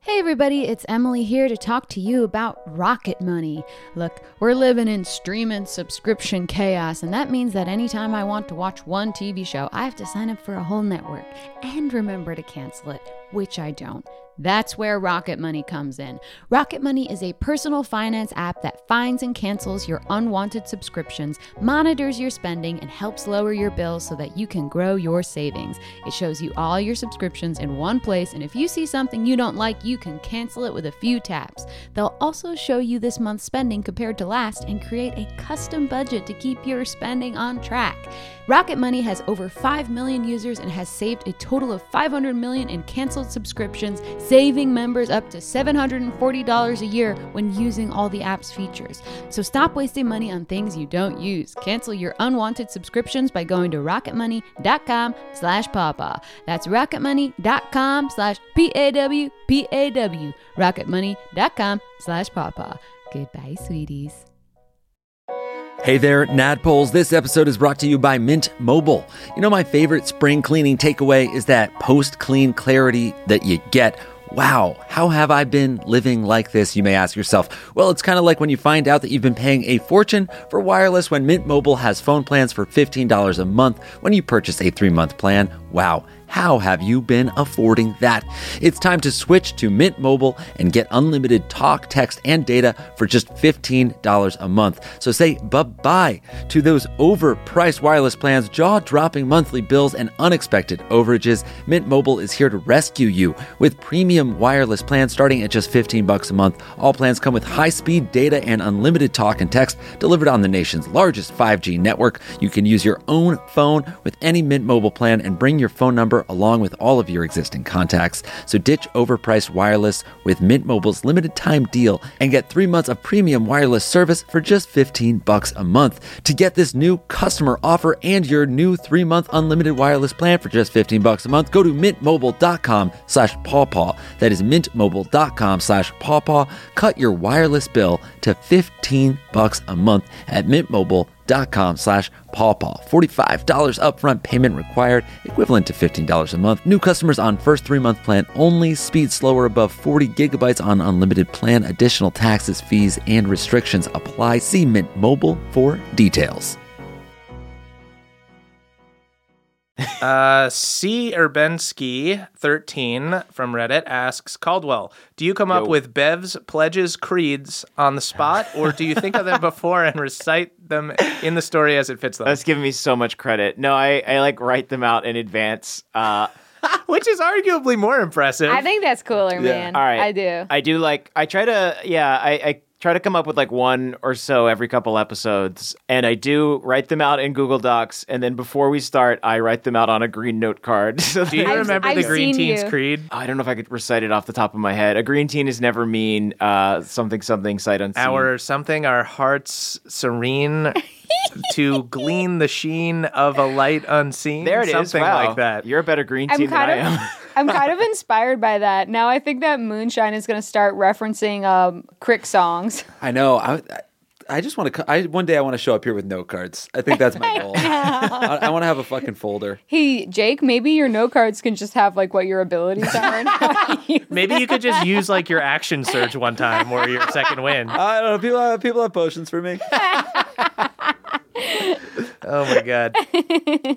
Hey, everybody, it's Emily here to talk to you about Rocket Money. Look, we're living in stream and subscription chaos, and that means that anytime I want to watch one TV show, I have to sign up for a whole network and remember to cancel it, which I don't. That's where Rocket Money comes in. Rocket Money is a personal finance app that finds and cancels your unwanted subscriptions, monitors your spending, and helps lower your bills so that you can grow your savings. It shows you all your subscriptions in one place, and if you see something you don't like, you can cancel it with a few taps. They'll also show you this month's spending compared to last and create a custom budget to keep your spending on track. Rocket Money has over 5 million users and has saved a total of 500 million in canceled subscriptions, saving members up to $740 a year when using all the app's features. So stop wasting money on things you don't use. Cancel your unwanted subscriptions by going to rocketmoney.com slash pawpaw. That's rocketmoney.com slash P-A-W-P-A-W. rocketmoney.com slash pawpaw. Goodbye, sweeties. Hey there, Nadpoles. This episode is brought to you by Mint Mobile. You know, my favorite spring cleaning takeaway is that post clean clarity that you get. Wow, how have I been living like this? You may ask yourself. Well, it's kind of like when you find out that you've been paying a fortune for wireless when Mint Mobile has phone plans for $15 a month when you purchase a three month plan. Wow. How have you been affording that? It's time to switch to Mint Mobile and get unlimited talk, text, and data for just $15 a month. So say bye-bye to those overpriced wireless plans, jaw-dropping monthly bills, and unexpected overages. Mint Mobile is here to rescue you with premium wireless plans starting at just 15 bucks a month. All plans come with high-speed data and unlimited talk and text delivered on the nation's largest 5G network. You can use your own phone with any Mint Mobile plan and bring your phone number along with all of your existing contacts. So ditch overpriced wireless with Mint Mobile's limited time deal and get 3 months of premium wireless service for just 15 bucks a month. To get this new customer offer and your new 3-month unlimited wireless plan for just 15 bucks a month, go to mintmobile.com slash pawpaw. That is mintmobile.com slash pawpaw. Cut your wireless bill to 15 bucks a month at mintmobile.com slash pawpaw. $45 upfront payment required, equivalent to $15 a month. New customers on first three-month plan only. Speed slower above 40 gigabytes on unlimited plan. Additional taxes, fees, and restrictions apply. See Mint Mobile for details. Uh, C. Urbensky13 from Reddit asks Caldwell, do you come up with Bev's pledges, creeds on the spot, or do you think of (laughs) them before and recite them in the story as it fits them? That's giving me so much credit. No, I, I like write them out in advance. Uh, Which is arguably more impressive. I think that's cooler, man. all right. I do. I do like, I try to, yeah, I, I try to come up with like one or so every couple episodes. And I do write them out in Google Docs. And then before we start, I write them out on a green note card. (laughs) So do you I've- remember the I've Green seen Teens you. Creed? I don't know if I could recite it off the top of my head. A green teen is never mean. Uh, something something sight unseen. Our something, our hearts (laughs) serene to glean the sheen of a light unseen. there it is. Something Wow. like that. You're a better green I'm teen than I kind of am. (laughs) I'm kind of inspired by that. Now I think that Moonshine is going to start referencing um Crick songs. (laughs) I know. I, I just want to. I one day I want to show up here with note cards. I think (laughs) that's my goal. I, I want to have a fucking folder. Hey, Jake, maybe your note cards can just have like what your abilities are. and how (laughs) (laughs) you- Maybe you could just use like (laughs) your action surge one time or your second win. I don't know. People have, people have potions for (laughs) me. Oh my (laughs) god.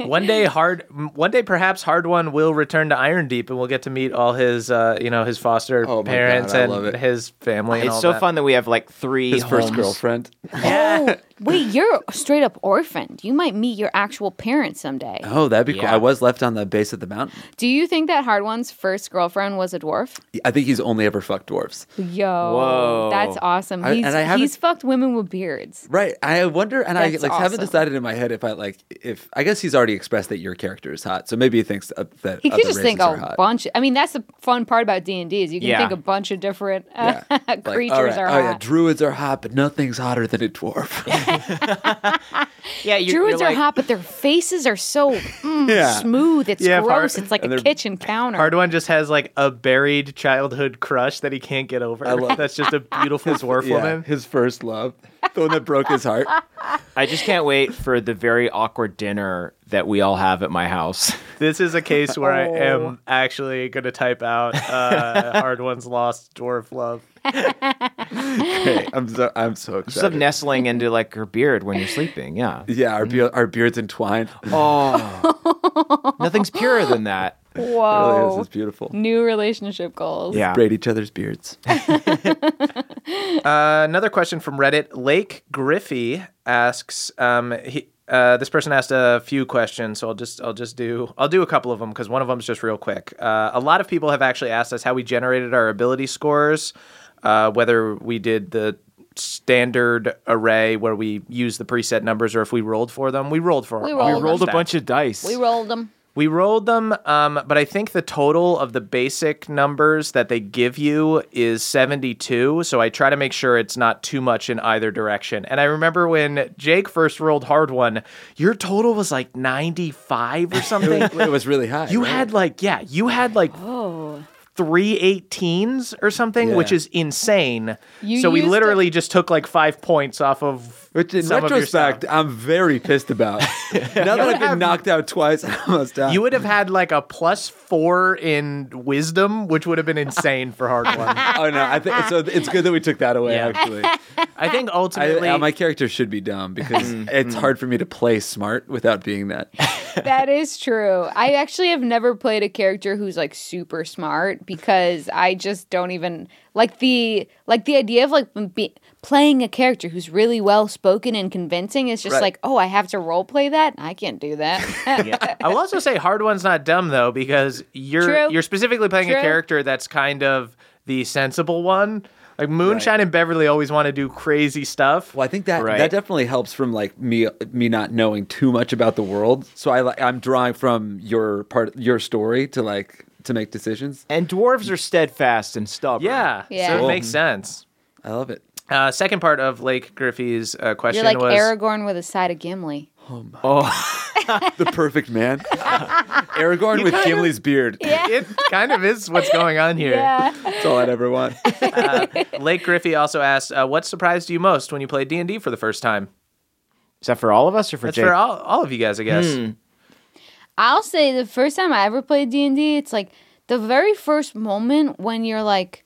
One day hard one day perhaps hard one will return to Iron Deep and we'll get to meet all his uh, you know his foster Oh my God, parents I love and it. his family and It's all so that. fun that we have like three His first homes. girlfriend. oh, wait, you're a straight up orphaned. You might meet your actual parents someday. Oh, that'd be cool. Yeah. I was left on the base of the mountain. Do you think that Hard One's first girlfriend was a dwarf? I think he's only ever fucked dwarves. Yo, Whoa. that's awesome. I- He's, and I haven't- he's fucked women with beards. Right. I wonder, and That's I like haven't awesome. decided in my head if I like if I guess he's already expressed that your character is hot. So maybe he thinks uh, that He other could just think races are a hot. bunch. I mean, that's the fun part about D and D is you can Yeah. think a bunch of different (laughs) uh, Like, all creatures right, are oh, yeah, hot. druids are hot, but nothing's hotter than a (laughs) dwarf. Yeah, you're, Druids you're are like, hot, but their faces (laughs) are so mm, Yeah. smooth. It's Yeah, gross. hard- it's like a and they're- kitchen counter. Hard one just has like a buried childhood crush that he can't get over. love- That's just a beautiful (laughs) dwarf yeah, woman. his first love, the one that broke his (laughs) heart. I just can't wait for the very awkward dinner that we all have at my (laughs) house. This is a case where I am actually going to type out (laughs) uh, hard one's lost dwarf love. Great. (laughs) I'm so I'm so Just of excited. nestling into like her beard when you're sleeping. Yeah. Yeah, our be- our beards (laughs) entwined. Oh, nothing's purer (laughs) than that. Really, Oh. Whoa. this is beautiful. New relationship goals. Yeah. Braid each other's (laughs) beards. Uh, another question from Reddit. Lake Griffey asks. Um, he, uh, this person asked a few questions, so I'll just I'll just do I'll do a couple of them because one of them's just real quick. Uh, a lot of people have actually asked us how we generated our ability scores, uh, whether we did the standard array where we use the preset numbers or if we rolled for them. We rolled for We all We rolled of our rolled a stats. bunch (laughs) of dice. We (laughs) rolled them. We rolled them, um, but I think the total of the basic numbers that they give you is 72. So I try to make sure it's not too much in either direction. And I remember when Jake first rolled hard one, your total was like 95 or something. (laughs) it was really high. you right? had like, yeah, you had like Oh. three 18s or something, Yeah. which is insane. You so we used literally just took like five points off of Which in Some of your retrospect, I'm very pissed (laughs) about. now that I've been knocked out twice, (laughs) I almost died. You would have had like a plus four in wisdom, which would have been insane for hard one. oh no! I think so. It's good that we took that away. Yeah. (laughs) Actually, I think ultimately, I, uh, (laughs) my character should be dumb because Mm. it's hard for me to play smart without being that. That is true. I actually have never played a character who's like super smart because I just don't even like the like the idea of like be, playing a character who's really well spoken and convincing is just Right. like, oh, I have to role play that. I can't do (laughs) that. I will also say hard one's not dumb though because you're True. you're specifically playing a True. character that's kind of the sensible one. Like Moonshine and Beverly always want to do crazy stuff. Well, I think that Right. that definitely helps from like me me not knowing too much about the world. So I like I'm drawing from your part your story to like to make decisions. And dwarves are steadfast and stubborn. Yeah, Yeah. so it Cool. makes sense. I love it. Uh, second part of Lake Griffey's uh, You're question like was Aragorn with a side of Gimli. The perfect man. Aragorn with Gimli's beard. (laughs) it kind of is what's going (laughs) on here. That's all I'd ever want. Lake Griffey also asked, uh, "What surprised you most when you played D and D for the first time?" Is that for all of us or for That's Jake? for all, all of you guys, I guess. I'll say the first time I ever played D and D, it's like the very first moment when you're like,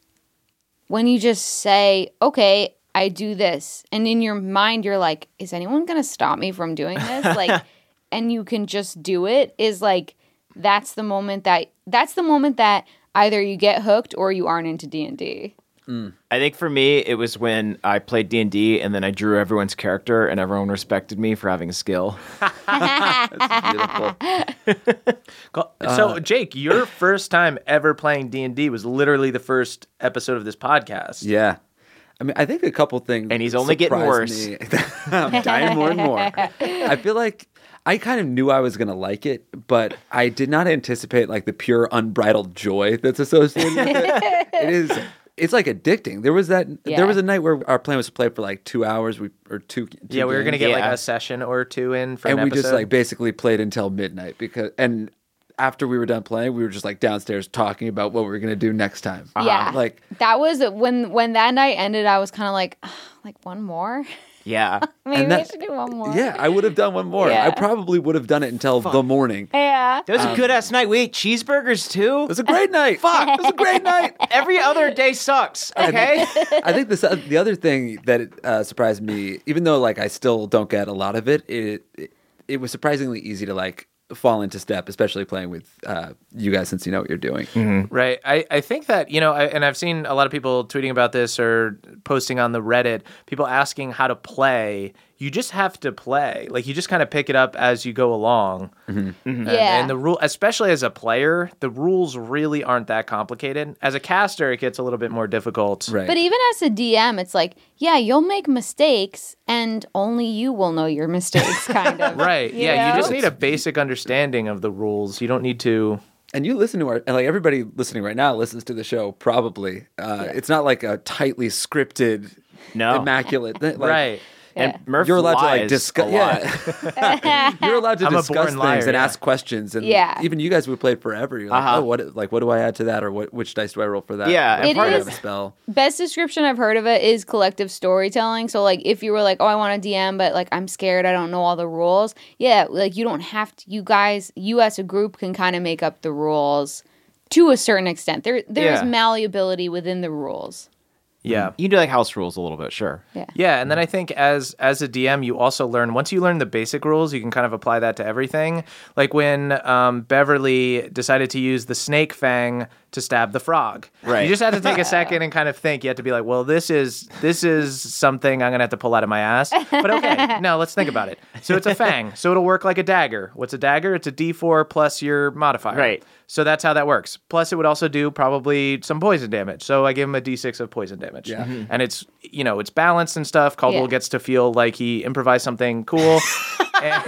when you just say, "Okay, I do this," and in your mind you're like, "Is anyone gonna stop me from doing (laughs) this?" Like, and you can just do it. Is like that's the moment that that's the moment that either you get hooked or you aren't into D and D. I think for me, it was when I played D and D, and then I drew everyone's character, and everyone respected me for having (laughs) a skill. Cool. Uh, so, Jake, (laughs) your first time ever playing D and D was literally the first episode of this podcast. Yeah. I mean, I think a couple things. And he's only getting surprised me. (laughs) I'm dying more and more. I feel like I kind of knew I was going to like it, but I did not anticipate like the pure unbridled joy that's associated with (laughs) it. it is. It's like addicting. There was that. Yeah. There was a night where our plan was to play for like two hours. We or two. two Yeah, we were gonna games, get Yeah. like a session or two in for and an we episode. just like basically played until midnight because and after we were done playing, we were just like downstairs talking about what we were gonna do next time. Uh-huh. Yeah, like that was when when that night ended. I was kind of like, "Ugh, like one more. (laughs) Yeah, Maybe I that- should do one more. Yeah, I would have done one more. I Yeah. probably would have done it until (laughs) the morning. It Yeah. that was Um, a good ass night. We ate cheeseburgers too. was a great night. Fuck, it was a great (laughs) night. Every other (laughs) day sucks. Okay. I think this, uh, the other thing that uh, surprised me, even though like I still don't get a lot of it, it it, it was surprisingly easy to like fall into step, especially playing with uh, you guys since you know what you're doing. Right. I, I think that, you know, I, and I've seen a lot of people tweeting about this or posting on the Reddit, people asking how to play. You just have to play. Like, you just kind of pick it up as you go along. Mm-hmm. And, Yeah. and the rule, especially as a player, the rules really aren't that complicated. As a caster, it gets a little bit more difficult. Right. But e even as a DM, it's like, yeah, you'll make mistakes, and only you will know your mistakes, kind of. Right. You yeah. You know? just need a basic understanding of the rules. You don't need to. and you listen to our and like everybody listening right now listens to the show probably. Uh, It's not like a tightly scripted, No. immaculate thing. Like, right. and Murph you're allowed to like lies discuss. a lot. (laughs) Yeah. (laughs) you're allowed to I'm a born discuss things liar, and yeah. ask questions. And Yeah. even you guys we played forever. You're like, Uh-huh. oh, what? Like, what do I add to that, or what? Which dice do I roll for that? Yeah, Or and if I part have of- a spell. Best description I've heard of it is collective storytelling. So, like, if you were like, oh, I want a DM, but like, I'm scared, I don't know all the rules. Yeah, like, you don't have to, you guys, you as a group can kind of make up the rules to a certain extent. There, there is Yeah. malleability within the rules. Yeah. You can do like house rules a little bit, sure. Yeah, and then I think as as a DM, you also learn once you learn the basic rules, you can kind of apply that to everything. Like when um, Beverly decided to use the snake fang to stab the frog. Right. You just had to take a second and kind of think. You had to be like, well, this is this is something I'm gonna have to pull out of my ass. But okay, no, let's think about it. So it's a fang. So it'll work like a dagger. What's a dagger? It's a D4 plus your modifier. Right. So that's how that works. Plus, it would also do probably some poison damage. So I give him a d6 of poison damage. Yeah. Mhm. And it's, you know, it's balanced and stuff. Caldwell Yeah. gets to feel like he improvised (laughs) something cool. (laughs) And-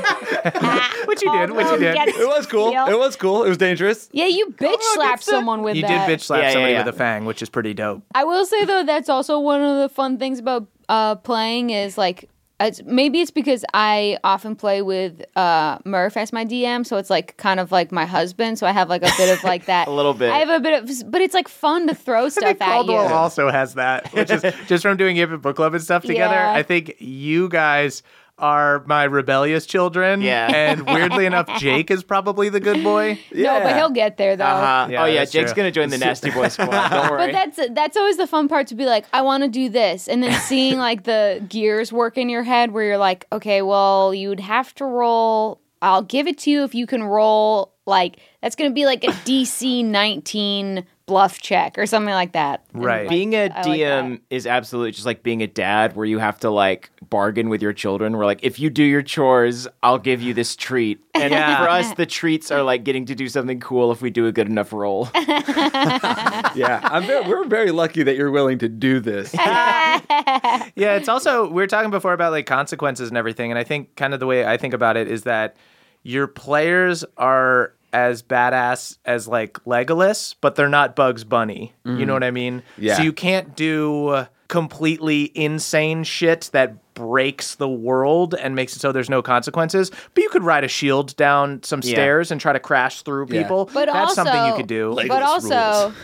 which you did, which you did. Oh, Yes. It was cool. Yeah. It was cool. It was dangerous. (laughs) Yeah, (laughs) you bitch slap someone with You did that. bitch slap Yeah, yeah, somebody yeah. with a fang, which is pretty dope. I will say though, that's also one of the fun things about uh, playing is like it's, maybe it's because I often play with uh, Murph as my DM, so it's like kind of like my husband. So I have like a bit of like (laughs) that. a little bit. I have a bit of, but it's like fun to (laughs) throw I think stuff at you. Caldwell also has that, which is (laughs) just from doing Yip and Book Club and stuff together. Yeah. I think you guys are my rebellious children. Yeah. And (laughs) weirdly enough, Jake is probably the good boy. No, but he'll get there though. Uh, Yeah, oh yeah, that's Jake's true. gonna join the (laughs) Nasty Boy squad. Don't But worry. that's that's always the fun part to be like, I want to do this, and (laughs) then seeing like the gears work in your head, where you're like, okay, well, you'd have to roll. I'll give it to you if you can roll. Like that's gonna be like a DC 19 bluff check or something like that. And, Right. like, being a I like DM is absolutely just like being a dad, where you have to like bargain with your children. Where like, if you do your chores, I'll give you this treat. And Yeah. for us, the treats are like getting to do something cool if we do a good (laughs) enough role. yeah, I'm very, we're very lucky that you're willing to do this. yeah, it's also we were talking before about like consequences and everything, and I think kind of the way I think about it is that your players are as badass as like Legolas, but they're not Bugs Bunny. You know what I mean? Mm-hmm. Yeah. So you can't do completely insane shit that breaks the world and makes it so there's no consequences. But you could ride a shield down some stairs and try to crash through Yeah. people. But That's also, something you could do. but Legolas also, rules.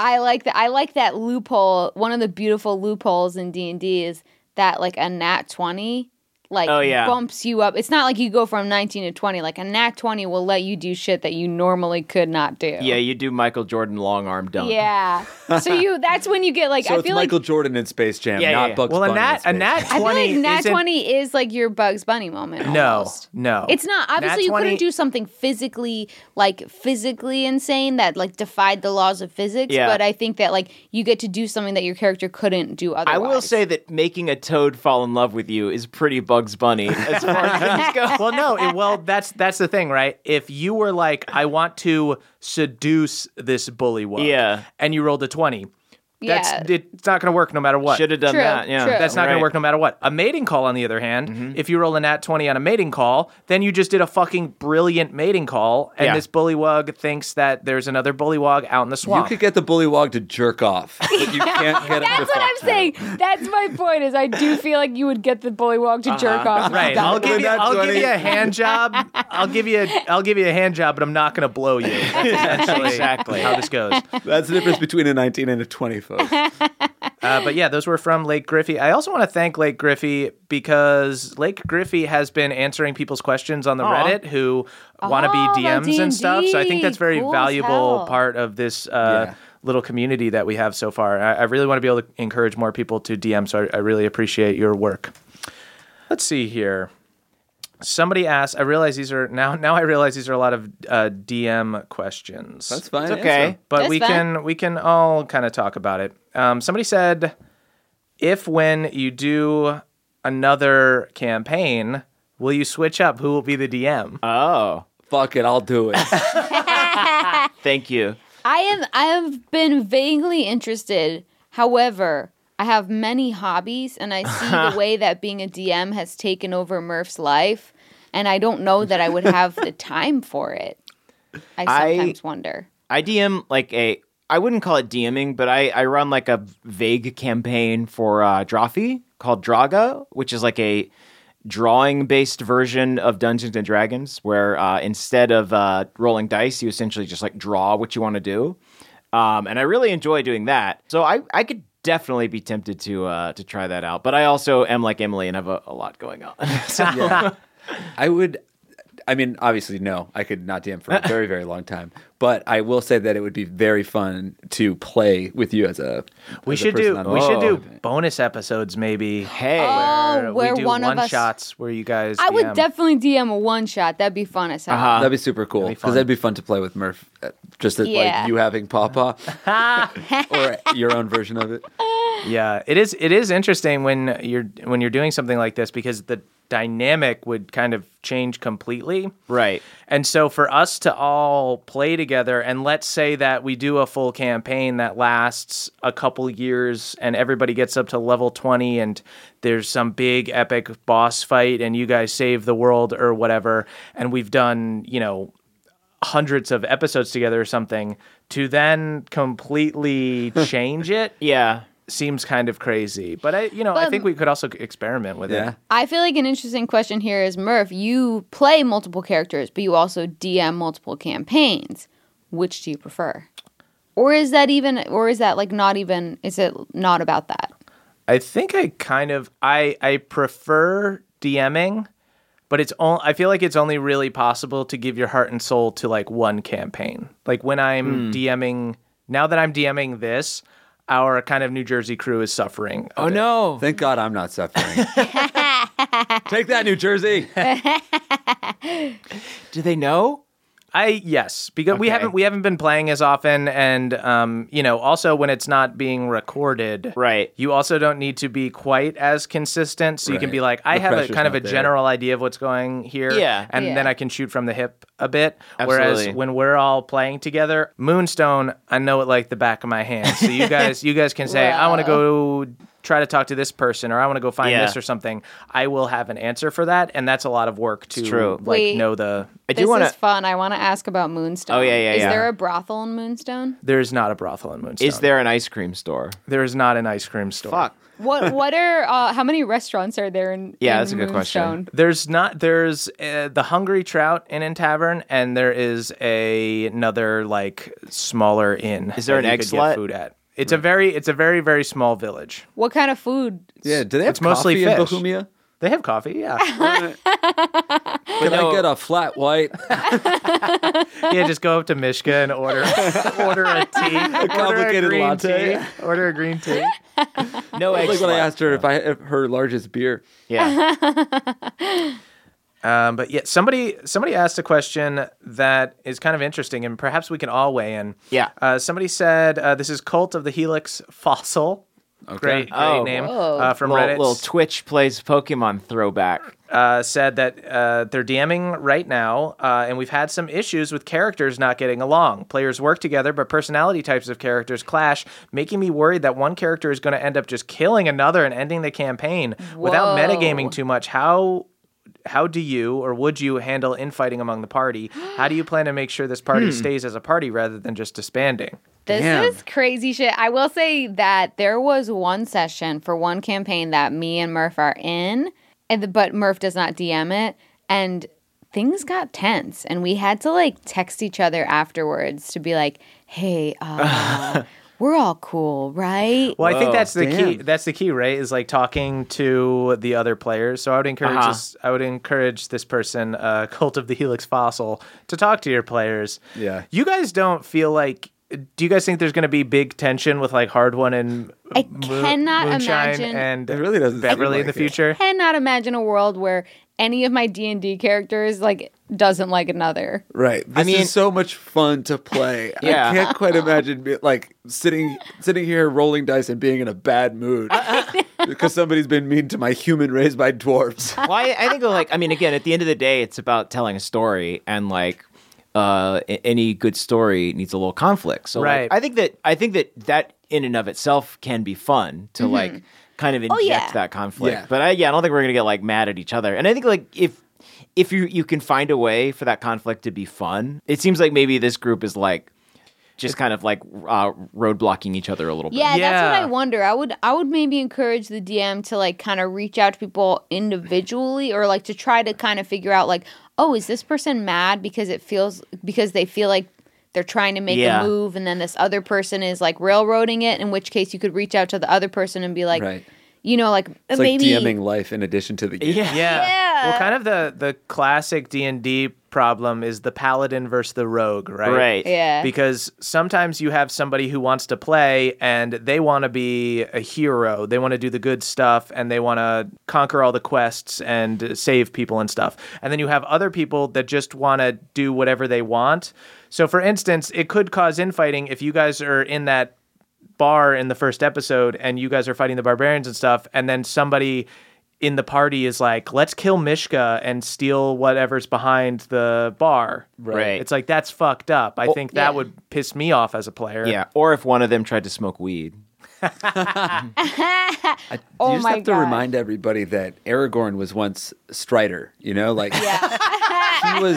I like that. I like that loophole. One of the beautiful loopholes in D and D is that like a nat twenty, like Oh, yeah. bumps you up. It's not like you go from nineteen to twenty. Like a nat twenty will let you do shit that you normally could not do. yeah, you do Michael Jordan long arm dunk. Yeah. so you. That's when you get like. So I it's feel like. Michael Jordan in Space Jam, Yeah, yeah, not yeah. Bugs well, a Bunny. in nat a Space nat Jam. I feel twenty like Nat isn't- 20 is like your Bugs Bunny moment. No, almost. no, It's not. Obviously, Nat you 20 couldn't do something physically, like physically insane that like defied the laws of physics. Yeah. But I think that like you get to do something that your character couldn't do otherwise. I will say that making a toad fall in love with you is pretty Bugs (laughs) Bunny as far as (laughs) things go. well, no. It, well, that's that's the thing, right? If you were like, I want to seduce this bullywug, Yeah. and you rolled a twenty, that's Yeah. it's not going to work no matter what. Should have done True, that. Yeah, true. that's not going Right. Mm-hmm. to work no matter what. A mating call, on the other hand, if you roll a nat 20 on a mating call, then you just did a fucking brilliant mating call, and Yeah. this bullywug thinks that there's another bullywug out in the You swamp. could get the bullywog to jerk off, but (laughs) you can't get him (laughs) to That's what fuck I'm to it. (laughs) saying. That's my point. Is I do feel like you would get the bullywog to jerk Uh-huh. off. if you (laughs) (laughs) Right, got I'll it. give, you, Nat I'll give 20. you a hand job. I'll give you a, I'll give you a hand job, but I'm not going to blow (laughs) you. That's essentially Exactly. how this goes. That's the difference between a 19 and a 20, (laughs) folks. Uh, but yeah, those were from Lake Griffey. I also want to thank Lake Griffey because Lake Griffey has been answering people's questions on the Aw. Reddit who want to Oh, be the DMs and stuff. So I think that's very D&D. Cool as valuable hell. part of this uh, Yeah. little community that we have so far. I, I really want to be able to encourage more people to DM. So I, I really appreciate your work. Let's see here. Somebody asked. I realize these are now. Now I realize these are a lot of uh, DM questions That's fine. It's okay. but That's we fine. can we can all kind of talk about it. Um, somebody said, if when you do another campaign, will you switch up? Who will be the DM? Uh, Oh, Fuck it, I'll do it. thank you. I have I have been vaguely interested. However, I have many hobbies and I (laughs) see the way that being a DM has taken over Murph's life and I don't know that I would have the time for it. I I- sometimes wonder. I DM like a I wouldn't call it DMing, but I, I run like a vague campaign for uh Drawfee called Draga, which is like a drawing based version of Dungeons and Dragons, where uh, instead of uh, rolling dice, you essentially just like draw what you want to do. Um, and I really enjoy doing that. So I, I could definitely be tempted to uh, to try that out. But I also am like Emily and have a, a lot going on. (laughs) So- I would. I mean, obviously, no, I could not DM for (laughs) a very, very long time. But I will say that it would be very fun to play with you as a. we as a should person do on we the- should do Oh. bonus episodes maybe. hey. Oh, where where we do one one, of us shots where you guys. I would DM. definitely DM a one shot. That'd be fun as hell. Oh. That'd be super cool be because fun. that'd be fun to play with Murph, uh, just as, Yeah. like you (laughs) having Papa, or your own version of it. Yeah, it is. It is interesting when you're when you're doing something like this because the dynamic would kind of change completely. Right. And so for us to all play together, and let's say that we do a full campaign that lasts a couple years and everybody gets up to level 20 and there's some big epic boss fight and you guys save the world or whatever, and we've done, you know, hundreds of episodes together or something, to then completely change it Yeah. seems kind of crazy. But I, you know, I But- think we could also experiment with Yeah. it. I feel like an interesting question here is Murph, you play multiple characters, but you also DM multiple campaigns. Which do you prefer? Or is that even or is that like not even is it not about that? I think I kind of I I prefer DMing, but it's all I feel like it's only really possible to give your heart and soul to like one campaign. Like when I'm DMing now that I'm DMing this, our kind of New Jersey crew is suffering. Oh no. Thank God I'm (laughs) not suffering. Take that, New Jersey. Do they know? I yes, because we Okay. haven't we haven't been playing as often, and um, you know, also when it's not being recorded, Right. You also don't need to be quite as consistent, so you can Right. be like, I The have a pressure's kind of a not there. general idea of what's going here, Yeah. and Yeah. then I can shoot from the hip a bit. Absolutely. Whereas when we're all playing together, Moonstone, I know it like the back of my hand. So you guys, you guys can say, I want to go try to talk to this person, or I want to go find Yeah. this or something. I will have an answer for that, and that's a lot of work to true. like Wait. know the. I do this want is to. fun. I want to ask about Moonstone. Oh, yeah, yeah, Is yeah. there a brothel in Moonstone? There is not a brothel in Moonstone. Is there an ice cream store? There is not an ice cream store. Fuck. What what are uh, how many restaurants are there in Yeah, in that's a good question. Moonstone? There's not. There's uh, the Hungry Trout Inn and Tavern, and there is a, another like smaller inn. Is there that an you egg could slut? Hmm. Get food at. It's a very. It's a very very small village. What kind of food? Yeah, do they have It's mostly coffee in fish. Bohemia? They have coffee. Yeah. Can I get a flat white, (laughs) a (laughs) yeah. Just go up to Mishka and (laughs) order order a tea, complicated order a green latte? tea, order a green tea. No eggs. Like when I left. asked her if I if her largest beer. (laughs) Yeah. Um, but yeah, somebody somebody asked a question that is kind of interesting, and perhaps we can all weigh in. Yeah. Uh, somebody said uh, this is Cult of the Helix Fossil. Okay. Great, great Oh. name uh, from little, Reddit. little Twitch plays Pokemon throwback. uh, said that uh, they're DMing right now, uh, and we've had some issues with characters not getting along. Players work together, but personality types of characters clash, making me worried that one character is going to end up just killing another and ending the campaign without Whoa. metagaming too much. How how do you or would you handle infighting among the party? How do you plan to make sure this party stays as a party rather than just disbanding? This Damn. is crazy shit. I will say that there was one session for one campaign that me and Murph are in, and the, but Murph does not DM it, and things got tense, and we had to like text each other afterwards to be like, "Hey, uh, we're all cool, right?" Well, I think that's the key. damn. That's the key, right? Is like talking to the other players. So I would encourage Uh-huh. this. I would encourage this person, uh, (laughs) Cult of the Helix Fossil, to talk to your players. Yeah. You guys don't feel like. Do you guys think there's going to be big tension with like Hard One and I Mo- cannot Moonshine imagine. and It really doesn't. seem Beverly in the like it. future? cannot imagine a world where any of my D and D characters like doesn't like another. Right. This mean- is so much fun to play. (laughs) Yeah. I can't quite imagine be- like sitting sitting here rolling dice and being in a bad mood (laughs) because somebody's been mean to my human raised (laughs) by dwarves. well, I, I think like I mean, again, at the end of the day, it's about telling a story, and like uh, a- any good story needs a little conflict. So, like, Right. I think that I think that that in and of itself can be fun to like kind of inject Mm-hmm. Oh, yeah. that conflict. Yeah. But I, yeah, I don't think we're gonna get like mad at each other. And I think like if if you you can find a way for that conflict to be fun, it seems like maybe this group is like just kind of like uh, roadblocking each other a little bit. Yeah, that's what Yeah. I wonder. I would I would maybe encourage the DM to like kind of reach out to people individually or like to try to kind of figure out like, oh, is this person mad because it feels because they feel like they're trying to make Yeah. a move and then this other person is like railroading it, in which case you could reach out to the other person and be like, Right. you know, like uh, It's like maybe DMing life in addition to the game. Yeah. Yeah. (laughs) Yeah. Well, kind of the the classic D and D problem is the paladin versus the rogue, right? Right. Yeah. Because sometimes you have somebody who wants to play and they want to be a hero. They want to do the good stuff and they want to conquer all the quests and save people and stuff. And then you have other people that just want to do whatever they want. So, for instance, it could cause infighting if you guys are in that bar in the first episode and you guys are fighting the barbarians and stuff and then somebody in the party is like let's kill mishka and steal whatever's behind the bar Right. it's like that's fucked up i think that would piss me off as a player Yeah. Or if one of them tried to smoke weed. Oh you just my have to God. remind everybody that Aragorn was once Strider, you know? (laughs) Like he was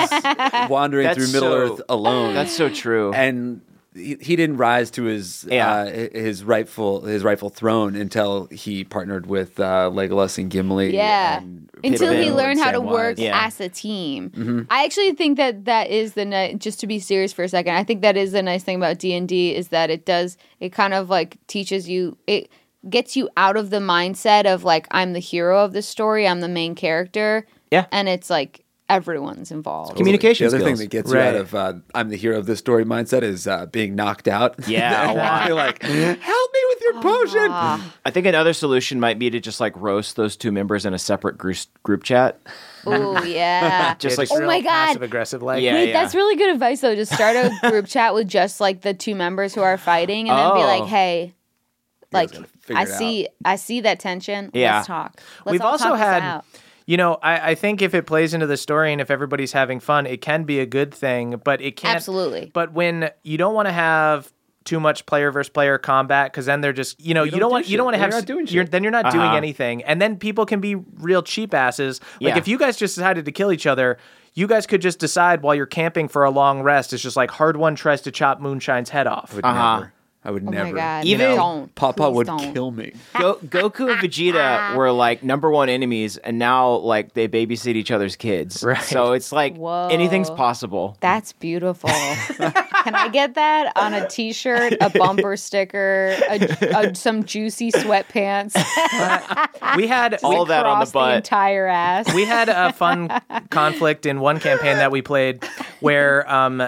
wandering That's through Middle Oh, so- Earth alone. That's so true. and he, he didn't rise to his Yeah. uh, his rightful his rightful throne until he partnered with uh, Legolas and Gimli. Yeah. and Until Pippin he and learned how to Samwise. work Yeah. as a team. I actually think that that is the ni- just to be serious for a second. I think that is the nice thing about D and D is that it does it kind of like teaches you it gets you out of the mindset of like I'm the hero of the story, I'm the main character. Yeah. and it's like everyone's (laughs) involved. Communication The other thing skills. that gets you Right. out of uh, "I'm the hero of this story" mindset is uh, being knocked out. (laughs) Yeah, a lot. You're like, "Help me with your potion." Ah. I think another solution might be to just like roast those two members in a separate group group chat. Oh yeah, Just like oh my God. passive aggressive like. Yeah. Wait, that's really good advice though. Just start a group chat with just like the two members who are fighting, and then be Oh. like, "Hey, like gotta figure I it out. see, I see that tension. Yeah. Let's talk. Let's We've all also talk this had, out. you know, I, I think if it plays into the story and if everybody's having fun, it can be a good thing, but it can't. Absolutely. But when you don't want to have too much player versus player combat because then they're just you know you, don't, do want you don't want shit. to Then have you're s- not doing you're- shit. then you're not doing Uh-huh. anything and then people can be real cheap asses like Yeah. if you guys just decided to kill each other you guys could just decide while you're camping for a long rest it's just like hard one tries to chop moonshine's head off I would Uh-huh. never. I would Oh never. my god, Even- don't. Papa Please would don't. kill me. (laughs) Go- Goku and Vegeta were like number one enemies, and now like they babysit each other's kids. Right. So it's like Whoa. anything's possible. (laughs) That's beautiful. Can I get that on a T-shirt, a bumper sticker, a, a, some juicy sweatpants? (laughs) we had All that on the Across butt. entire ass. we had a fun (laughs) conflict in one campaign that we played where um,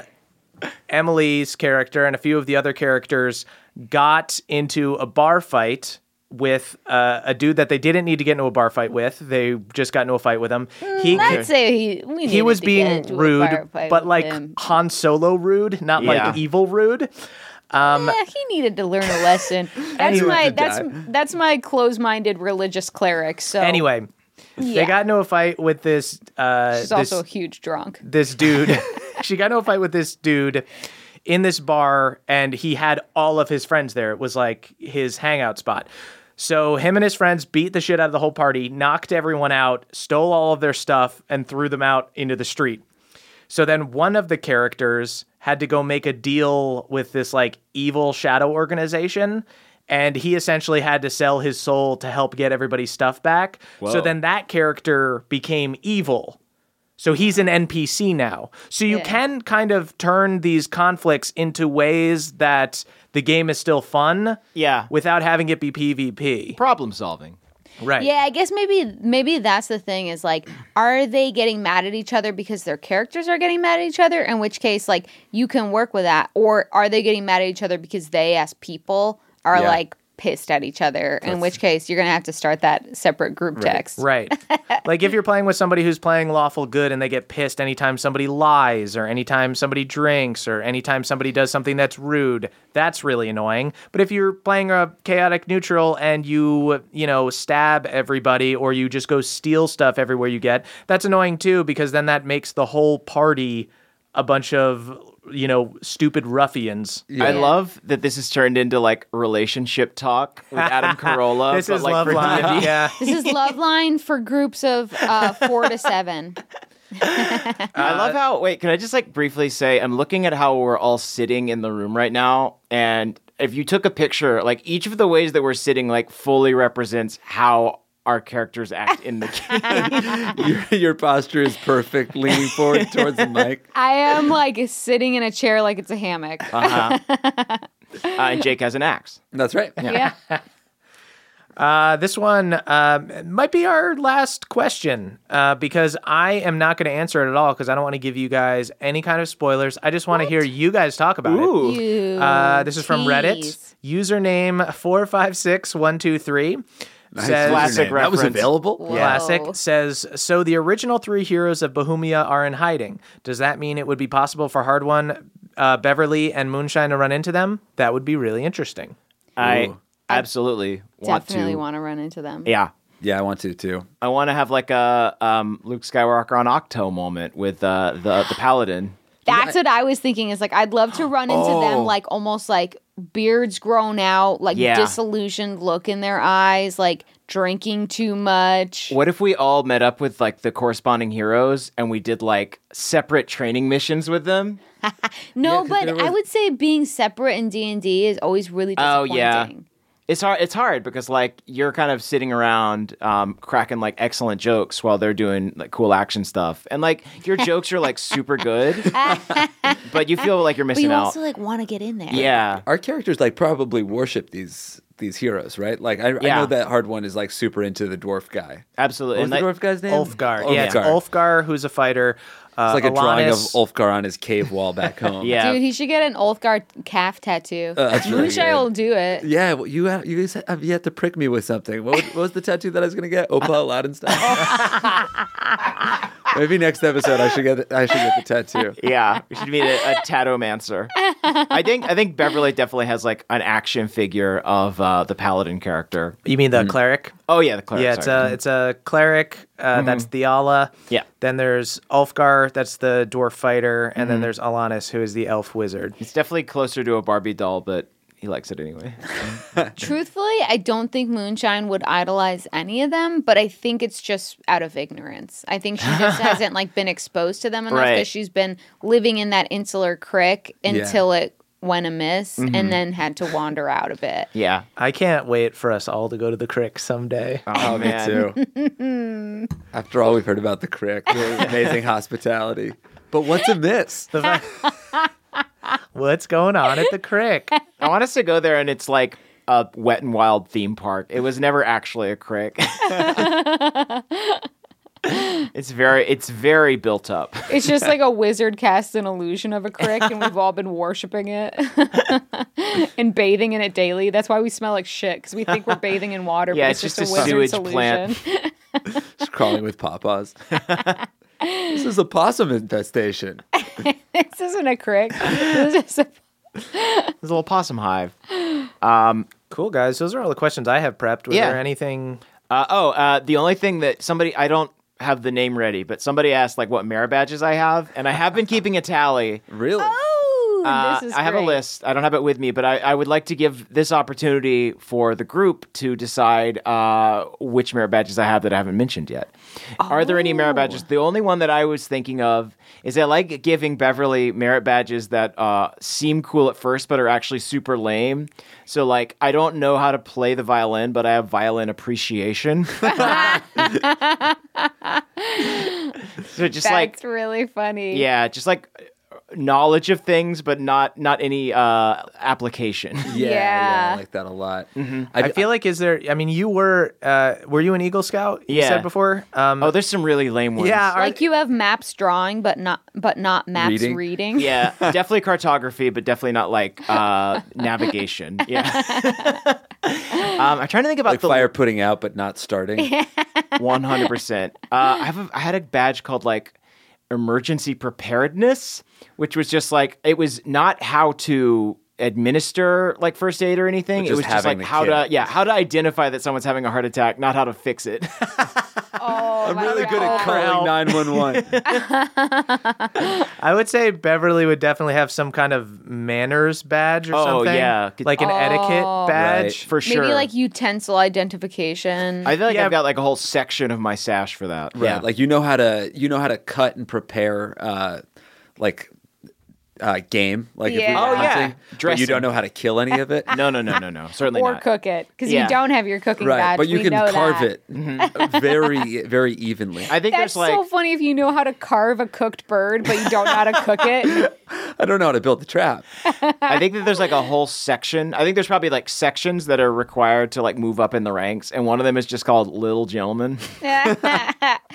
Emily's character and a few of the other characters got into a bar fight with uh, a dude that they didn't need to get into a bar fight with. They just got into a fight with him. He I'd say he. We he needed was Hmm, to get being into a rude, bar fight but with like him. Han Solo rude, not Yeah. like evil rude. Um, yeah, he needed to learn a (laughs) lesson. That's Anyway. my To that's that's my close-minded religious cleric. So Anyway, yeah. they got into a fight with this. Uh, She's this also a huge drunk. this dude. she got into a fight with this dude in this bar, and he had all of his friends there. It was like his hangout spot. So him and his friends beat the shit out of the whole party, knocked everyone out, stole all of their stuff, and threw them out into the street. So then one of the characters had to go make a deal with this like evil shadow organization. And he essentially had to sell his soul to help get everybody's stuff back. So Whoa. then that character became evil. So he's an NPC now. So you Yeah. can kind of turn these conflicts into ways that the game is still fun Yeah. without having it be PvP. Problem solving. Right. Yeah, I guess maybe maybe that's the thing is like, are they getting mad at each other because their characters are getting mad at each other? In which case, like you can work with that, or are they getting mad at each other because they, as people, are Yeah. like pissed at each other? in which case, you're gonna have to start that separate group (laughs) text. Right. like if you're playing with somebody who's playing lawful good and they get pissed anytime somebody lies or anytime somebody drinks or anytime somebody does something that's rude, that's really annoying. But if you're playing a chaotic neutral and you, you know, stab everybody or you just go steal stuff everywhere you get, that's annoying too because then that makes the whole party a bunch of, you know, stupid ruffians. I love that this has turned into like relationship talk (laughs) with Adam Carolla. This but, is like, love for line. (laughs) D&D. Yeah. This is love line for groups of uh, four to seven. I love how. Wait, can I just like briefly say I'm looking at how we're all sitting in the room right now, and if you took a picture, like each of the ways that we're sitting, like fully represents how our characters act in the game. your, your posture is perfect, leaning forward towards the (laughs) mic. I am like sitting in a chair like it's a hammock. Uh-huh. Uh, and Jake has an axe. That's right. Yeah. Uh, this one um, might be our last question uh, because I am not going to answer it at all because I don't want to give you guys any kind of spoilers. I just want to hear you guys talk about it. Uh, this is from Reddit. tease. Username 456123 says, Classic That was reference. available. Classic Whoa. says so. The original three heroes of Bohemia are in hiding. Does that mean it would be possible for Hard One, uh, Beverly, and Moonshine to run into them? That would be really interesting. I absolutely want Definitely to. (laughs) want to run into them. Yeah. Yeah, I want to too. I want to have like a um, Luke Skywalker on Octo moment with uh, the the paladin. That's what I was thinking. Is like I'd love to run into them, like almost like beards grown out, like Oh. Yeah. disillusioned look in their eyes, like drinking too much. What if we all met up with like the corresponding heroes and we did like separate training missions with them? No, but I would say being separate in D and D is always really Oh, disappointing. yeah. It's hard. It's hard because like you're kind of sitting around um, cracking like excellent jokes while they're doing like cool action stuff, and like (laughs) your jokes are like super good, but you feel like you're But missing you out. also like want to get in there. yeah. Our characters like probably worship these these heroes, right? Like I, I Yeah. know that hard one is like super into the dwarf guy. Absolutely. What was And, the like- dwarf guy's name? Oh, Ulfgar. Yeah, Ulfgar. Ulfgar, who's a fighter. Uh, It's like a drawing of Alanis. Ulfgar on his cave wall back home. (laughs) Yeah. Dude, he should get an Ulfgar calf tattoo. that's really Moonshine good. will do it. Yeah, well, you have, you guys have yet to prick me with something. What was, what was the tattoo that I was gonna get? Opa (laughs) Aladdin style. (laughs) Maybe next episode I should get I should get the tattoo. yeah, we should be a, a tatomancer. I think I think Beverly definitely has like an action figure of uh, the paladin character. You mean Mm. the cleric? Oh yeah, the cleric. yeah, it's sorry. a uh, it's a cleric. Uh, That's Theala. Mm-hmm. Yeah. Then there's Ulfgar. That's the dwarf fighter, and Mm-hmm. then there's Alanis, who is the elf wizard. It's definitely closer to a Barbie doll, but he likes it anyway. Truthfully, I don't think Moonshine would idolize any of them, but I think it's just out of ignorance. I think she (laughs) just hasn't like been exposed to them enough Right. that she's been living in that insular crick until it went amiss Mm-hmm. and then had to wander out a bit. Yeah. I can't wait for us all to go to the crick someday. (laughs) (laughs) Oh man. Me too. After all we've heard about the crick, their (laughs) amazing hospitality. But what's amiss? The fa- (laughs) What's going on at the (laughs) crick? I want us to go there, and it's like a wet and wild theme park. It was never actually a crick. it's very it's very built up. It's just (laughs) like a wizard cast an illusion of a crick, and we've all been worshiping it (laughs) and bathing in it daily. That's why we smell like shit because we think we're bathing in water. Yeah, but it's just a wizard's sewage plant. illusion. (laughs) Just (laughs) crawling with pawpaws. (laughs) this is a possum infestation. this isn't a crick. This is a It's a little possum hive. Cool guys, those are all the questions I have prepped. Was Yeah. there anything? Uh, oh, uh, the only thing that somebody I don't have the name ready, but somebody asked like what merit badges I have, and I have been keeping a tally. Really? Oh, Ooh, Uh, this is I have a great. list. I don't have it with me, but I, I would like to give this opportunity for the group to decide uh, which merit badges I have that I haven't mentioned yet. Are there any merit Oh. badges? The only one that I was thinking of is I like giving Beverly merit badges that uh, seem cool at first, but are actually super lame. So, like, I don't know how to play the violin, but I have violin (laughs) appreciation. (laughs) so just like That's really funny. yeah just like uh, knowledge of things but not not any uh (laughs) application Yeah, yeah. I Yeah. like that a lot. I feel like is there? I mean, you were uh, were you an Eagle Scout? You Yeah. said before. Um, oh there's some really lame ones yeah. Are, Like you have maps drawing, but not but not maps Reading? reading. (laughs) (laughs) yeah definitely cartography but definitely not like uh navigation (laughs) yeah um i'm trying to think about Like the (laughs) fire putting out but not starting. 100% uh i have a, i had a badge called like emergency preparedness which was just like it was not how to administer like first aid or anything But it just was just having like the how kit. to yeah how to identify that someone's having a heart attack not how to fix it (laughs) Oh, I'm really good at calling (laughs) 911. I would say Beverly would definitely have some kind of manners badge or Oh, something. yeah. like an etiquette badge. for Maybe sure like utensil identification. I feel like Yeah. I've got like a whole section of my sash for that. Yeah, like you know how to you know how to cut and prepare uh like uh game like if you're Yeah. Oh, yeah. hunting, but you Dressing. don't know how to kill any of (laughs) it. no, no, no, no, no, certainly or not. cook it because Yeah. you don't have your cooking Right, badge. but you We can know carve that. it very very evenly. I think That's there's like so funny if you know how to carve a cooked bird, but you don't know how to cook (laughs) it. I don't know how to build the trap. I think that there's like a whole section. I think there's probably like sections that are required to like move up in the ranks, and one of them is just called little gentleman. That'd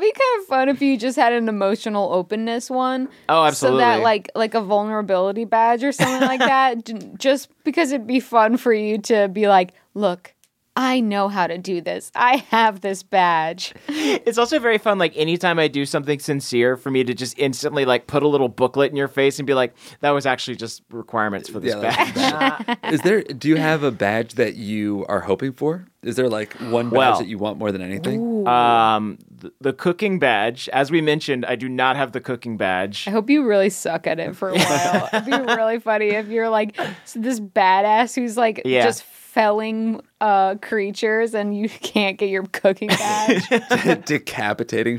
be kind of fun if you just had an emotional openness one. Oh, So that absolutely. like like a vulnerability badge or something (laughs) like that, j- just because it'd be fun for you to be like, look, I know how to do this. I have this badge. (laughs) It's also very fun. Like anytime I do something sincere, for me to just instantly like put a little booklet in your face and be like, "That was actually just requirements for this Yeah, that's (laughs) badge." Is there? Do you have a badge that you are hoping for? Is there like one badge Well. that you want more than anything? Um, th- (laughs) the cooking badge, as we mentioned, I do not have the cooking badge. I hope you really suck at it for a (laughs) while. It'd be really funny if you're like s- this badass who's like Yeah. just felling uh, creatures and you (laughs) can't get your cooking badge. (laughs) Decapitating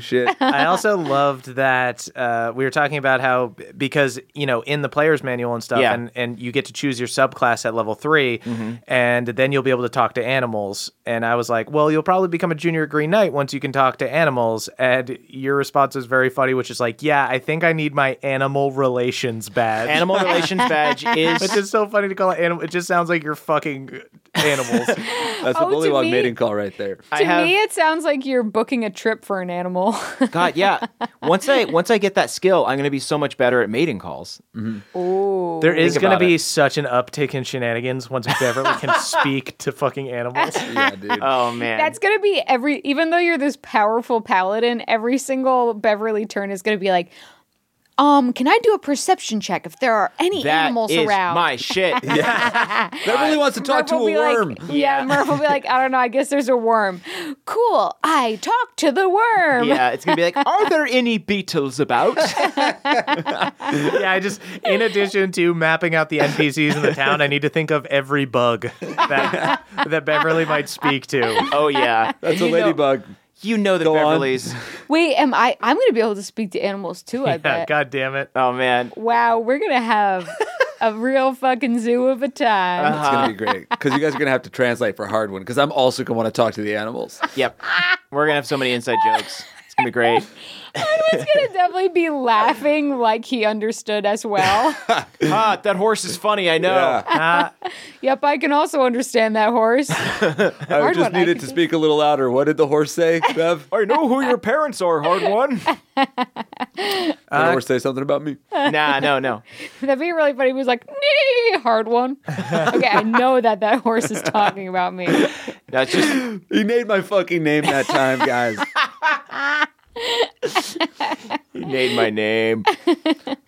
(laughs) shit. I also loved that uh, we were talking about how because you know in the player's manual and stuff, Yeah. Mm-hmm. and and you get to choose your subclass at level 3 and then you'll be able to talk to animals. And I was like, well, you'll probably become a junior green knight once you can talk to animals. And your response was very funny, which is like, yeah, I think I need my animal relations (laughs) badge. (laughs) Animal relations badge is It's just so funny to call it animal. It just sounds like you're fucking animals. That's Oh, the to bullywog me- mating call right there. (laughs) I to have, me, it sounds like you're booking a trip for an animal. (laughs) God, yeah. Once I once I get that skill, I'm gonna be so much better at mating calls. Ooh. There is Think going to about be it. such an uptick in shenanigans once Beverly (laughs) can speak to fucking animals. (laughs) Yeah, dude. Oh man, That's gonna be every. Even though you're this powerful paladin, every single Beverly turn is gonna be like, um, can I do a perception check if there are any That animals is around? (laughs) my shit. Beverly wants to talk Murph to a will be like- worm. yeah, Murph will be like, I don't know. I guess there's a worm. Cool. I talk to the worm. Yeah, it's gonna be like, are there any beetles about? (laughs) yeah, I just in addition to mapping out the NPCs in the town, I need to think of every bug that that Beverly might speak to. (laughs) oh yeah, That's a You know- ladybug. You know the Go on. Beverly's. Wait, am I? I'm gonna be able to speak to animals too. I Yeah, bet. God damn it. Oh man, Wow, we're gonna have (laughs) a real fucking zoo of a Uh, time. It's gonna be great because you guys are gonna have to translate for hard one because I'm also gonna want to talk to (laughs) the animals. yep. We're gonna have so many inside jokes. It's gonna be (laughs) great. He's gonna definitely be laughing like he understood as (laughs) well. Ah, that horse is funny. I know. yep, I can also understand that horse. I Hard just one, I needed could to be- speak a little louder. What did the (laughs) horse say, Bev? I know who your parents are, hard one. Did Uh, the horse say something about me? (laughs) nah, no, no. That'd be really funny. He was like, nee, hard one. okay, I know that that horse is talking about me. That's (laughs) just He named my fucking name that (laughs) time, guys. he named my name.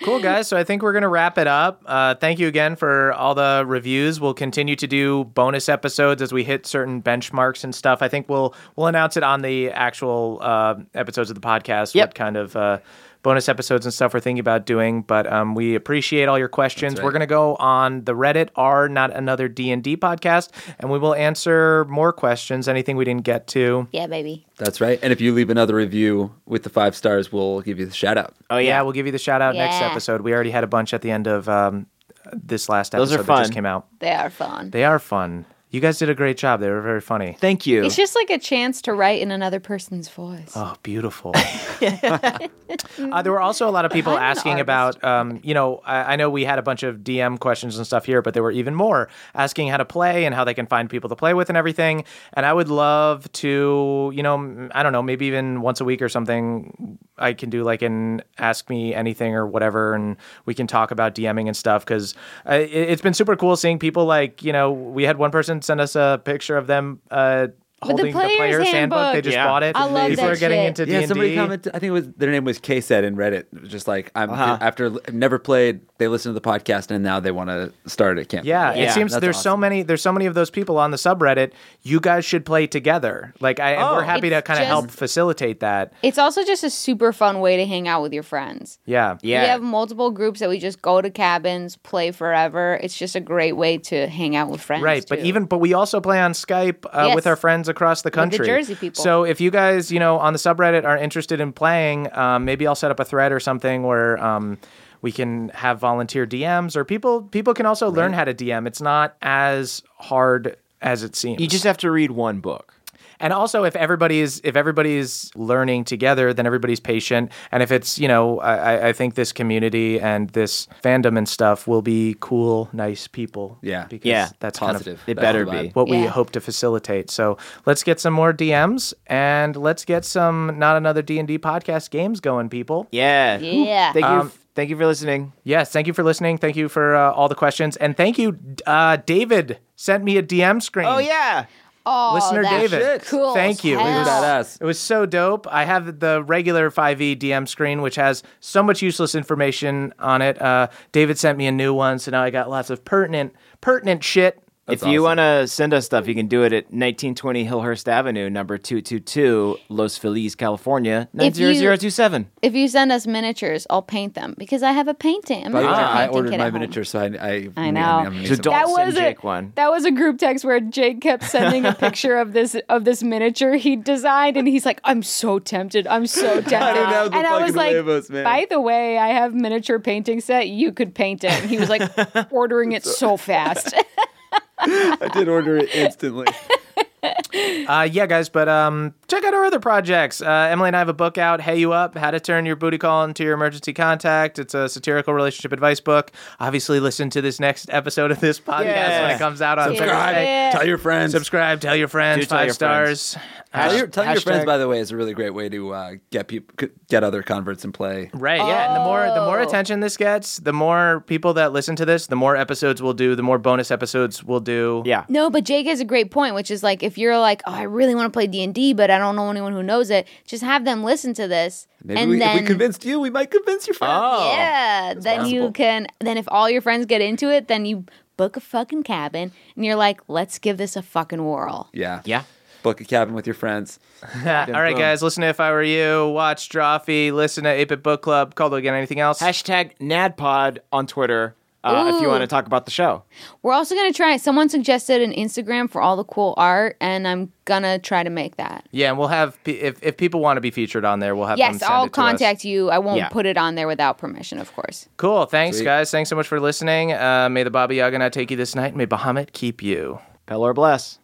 Cool guys, so I think we're gonna wrap it up. Uh, thank you again for all the reviews. We'll continue to do bonus episodes as we hit certain benchmarks and stuff. I think we'll we'll announce it on the actual uh, episodes of the podcast. Yep. What kind of uh, bonus episodes and stuff we're thinking about doing? But um, we appreciate all your questions. We're gonna go on the Reddit r not another D and D podcast, and we will answer more questions. Anything we didn't get to. Yeah, baby. That's right. And if you leave another review with the five stars, we'll give you the shout out. Oh Yeah, yeah, we'll give you the shout out next Yeah. episode. We already had a bunch at the end of um, this last episode Those are that just fun. came out. They are fun. They are fun. You guys did a great job. They were very funny. thank you. It's just like a chance to write in another person's voice. Oh, beautiful. uh, there were also a lot of people asking about, um, you know, I, I know we had a bunch of DM questions and stuff here, but there were even more asking how to play and how they can find people to play with and everything. And I would love to, you know, m- I don't know, maybe even once a week or something, I can do like an ask me anything or whatever, and we can talk about DMing and stuff because uh, it, it's been super cool seeing people like, you know, we had one person send us a picture of them. Uh, the Holding the player's, player's handbook. they handbook. just Yeah. bought it. I love People that are getting shit. into Yeah, D&D. somebody commented. I think it was their name was K said in Reddit. It was Just like I'm after li- never played, they listen to the podcast and now they want to start a campaign. Yeah, Yeah, it seems that's there's so awesome. many there's so many of those people on the subreddit. You guys should play together. Like I and we're happy to Oh, It's kind just- of help facilitate that. It's also just a super fun way to hang out with your friends. Yeah. We yeah, have multiple groups that we just go to cabins, play forever. It's just a great way to hang out with friends. Right, but too. even but we also play on Skype uh, Yes. with our friends across the country, Jersey people. So if you guys, you know, on the subreddit are interested in playing, um, maybe I'll set up a thread or something where um, we can have volunteer DMs or people. People can also learn how to DM. It's not as hard as it seems. you just have to read one book. And also, if everybody is if everybody is learning together, then everybody's patient. And if it's you know, I, I- I think this community and this fandom and stuff will be cool, nice people. Yeah. because Yeah. that's positive. kind It That's better the vibe. be. of what we Yeah. hope to facilitate. So let's get some more DMs and let's get some not another D and D podcast games going, people. Yeah, Yeah. Thank you, Um, thank you for listening. Yes, thank you for listening. Thank you for uh, all the questions, and thank you, uh, David. Sent me a DM screen. Oh yeah, oh, listener that's David. cool as Thank you. It hell. was, Badass. it was so dope. I have the regular 5e DM screen, which has so much useless information on it. Uh, David sent me a new one, so now I got lots of pertinent, pertinent shit. if you want to send us stuff, you can do it at 1920 Hillhurst Avenue, number 222, Los Feliz, California, If you- 90027. If you send us miniatures, I'll paint them because I have a painting. I'm By the way, I painting ordered kit my at home. miniature, so I. I, I know. (laughs) So don't That send was a- Jake one. That was a group text where Jake kept sending a picture of this of this miniature he designed, and he's like, "I'm so tempted. I'm so tempted." have the and I was fucking like, huevos, man. "By the way, I have miniature painting set. You could paint it." And he was like, ordering it so fast. I did order (laughs) it instantly. Uh, yeah, guys, but um, check out our other projects. Uh, Emily and I have a book out, Hey You Up, How to Turn Your Booty Call into Your Emergency Contact. It's a satirical relationship advice book. Obviously, listen to this next episode of this podcast when Yeah. it comes out on Subscribe. Thursday. Tell your friends. Subscribe, tell your friends, Do tell five your friends. stars. Tell your, tell your Hashtag- friends, by the way, is a really great way to uh, get people, get other converts and play. Right, yeah, and the more the Oh. more attention this gets, the more people that listen to this, the more episodes we'll do, the more bonus episodes we'll do. Yeah. no, but Jake has a great point, which is like, if you're like, "Oh, I really want to play D and D, but I don't know anyone who knows it," just have them listen to this, Maybe and we, then if we convinced you, we might convince your friends. Yeah. Then you can. Then if all your friends get into it, then you book a fucking cabin, and you're like, let's give this a fucking whirl. Yeah. Yeah. Book a cabin with your friends. (laughs) All right, boom. guys, listen to If I Were You, watch Drawfee, listen to Ape It Book Club, Caldwell again, anything else? Hashtag NADPOD on Twitter uh, if you Ooh. want to talk about the show. We're also gonna try. Someone suggested an Instagram for all the cool art, and I'm gonna try to make that. Yeah, and we'll have pe- if if people want to be featured on there, we'll have them Yes, send I'll it to us. contact you. I won't Yeah. put it on there without permission, of course. Cool. Thanks, guys. Thanks so much for listening. Uh, may the Baba Yaga not take you this night. May Bahamut keep you. Pell or bless.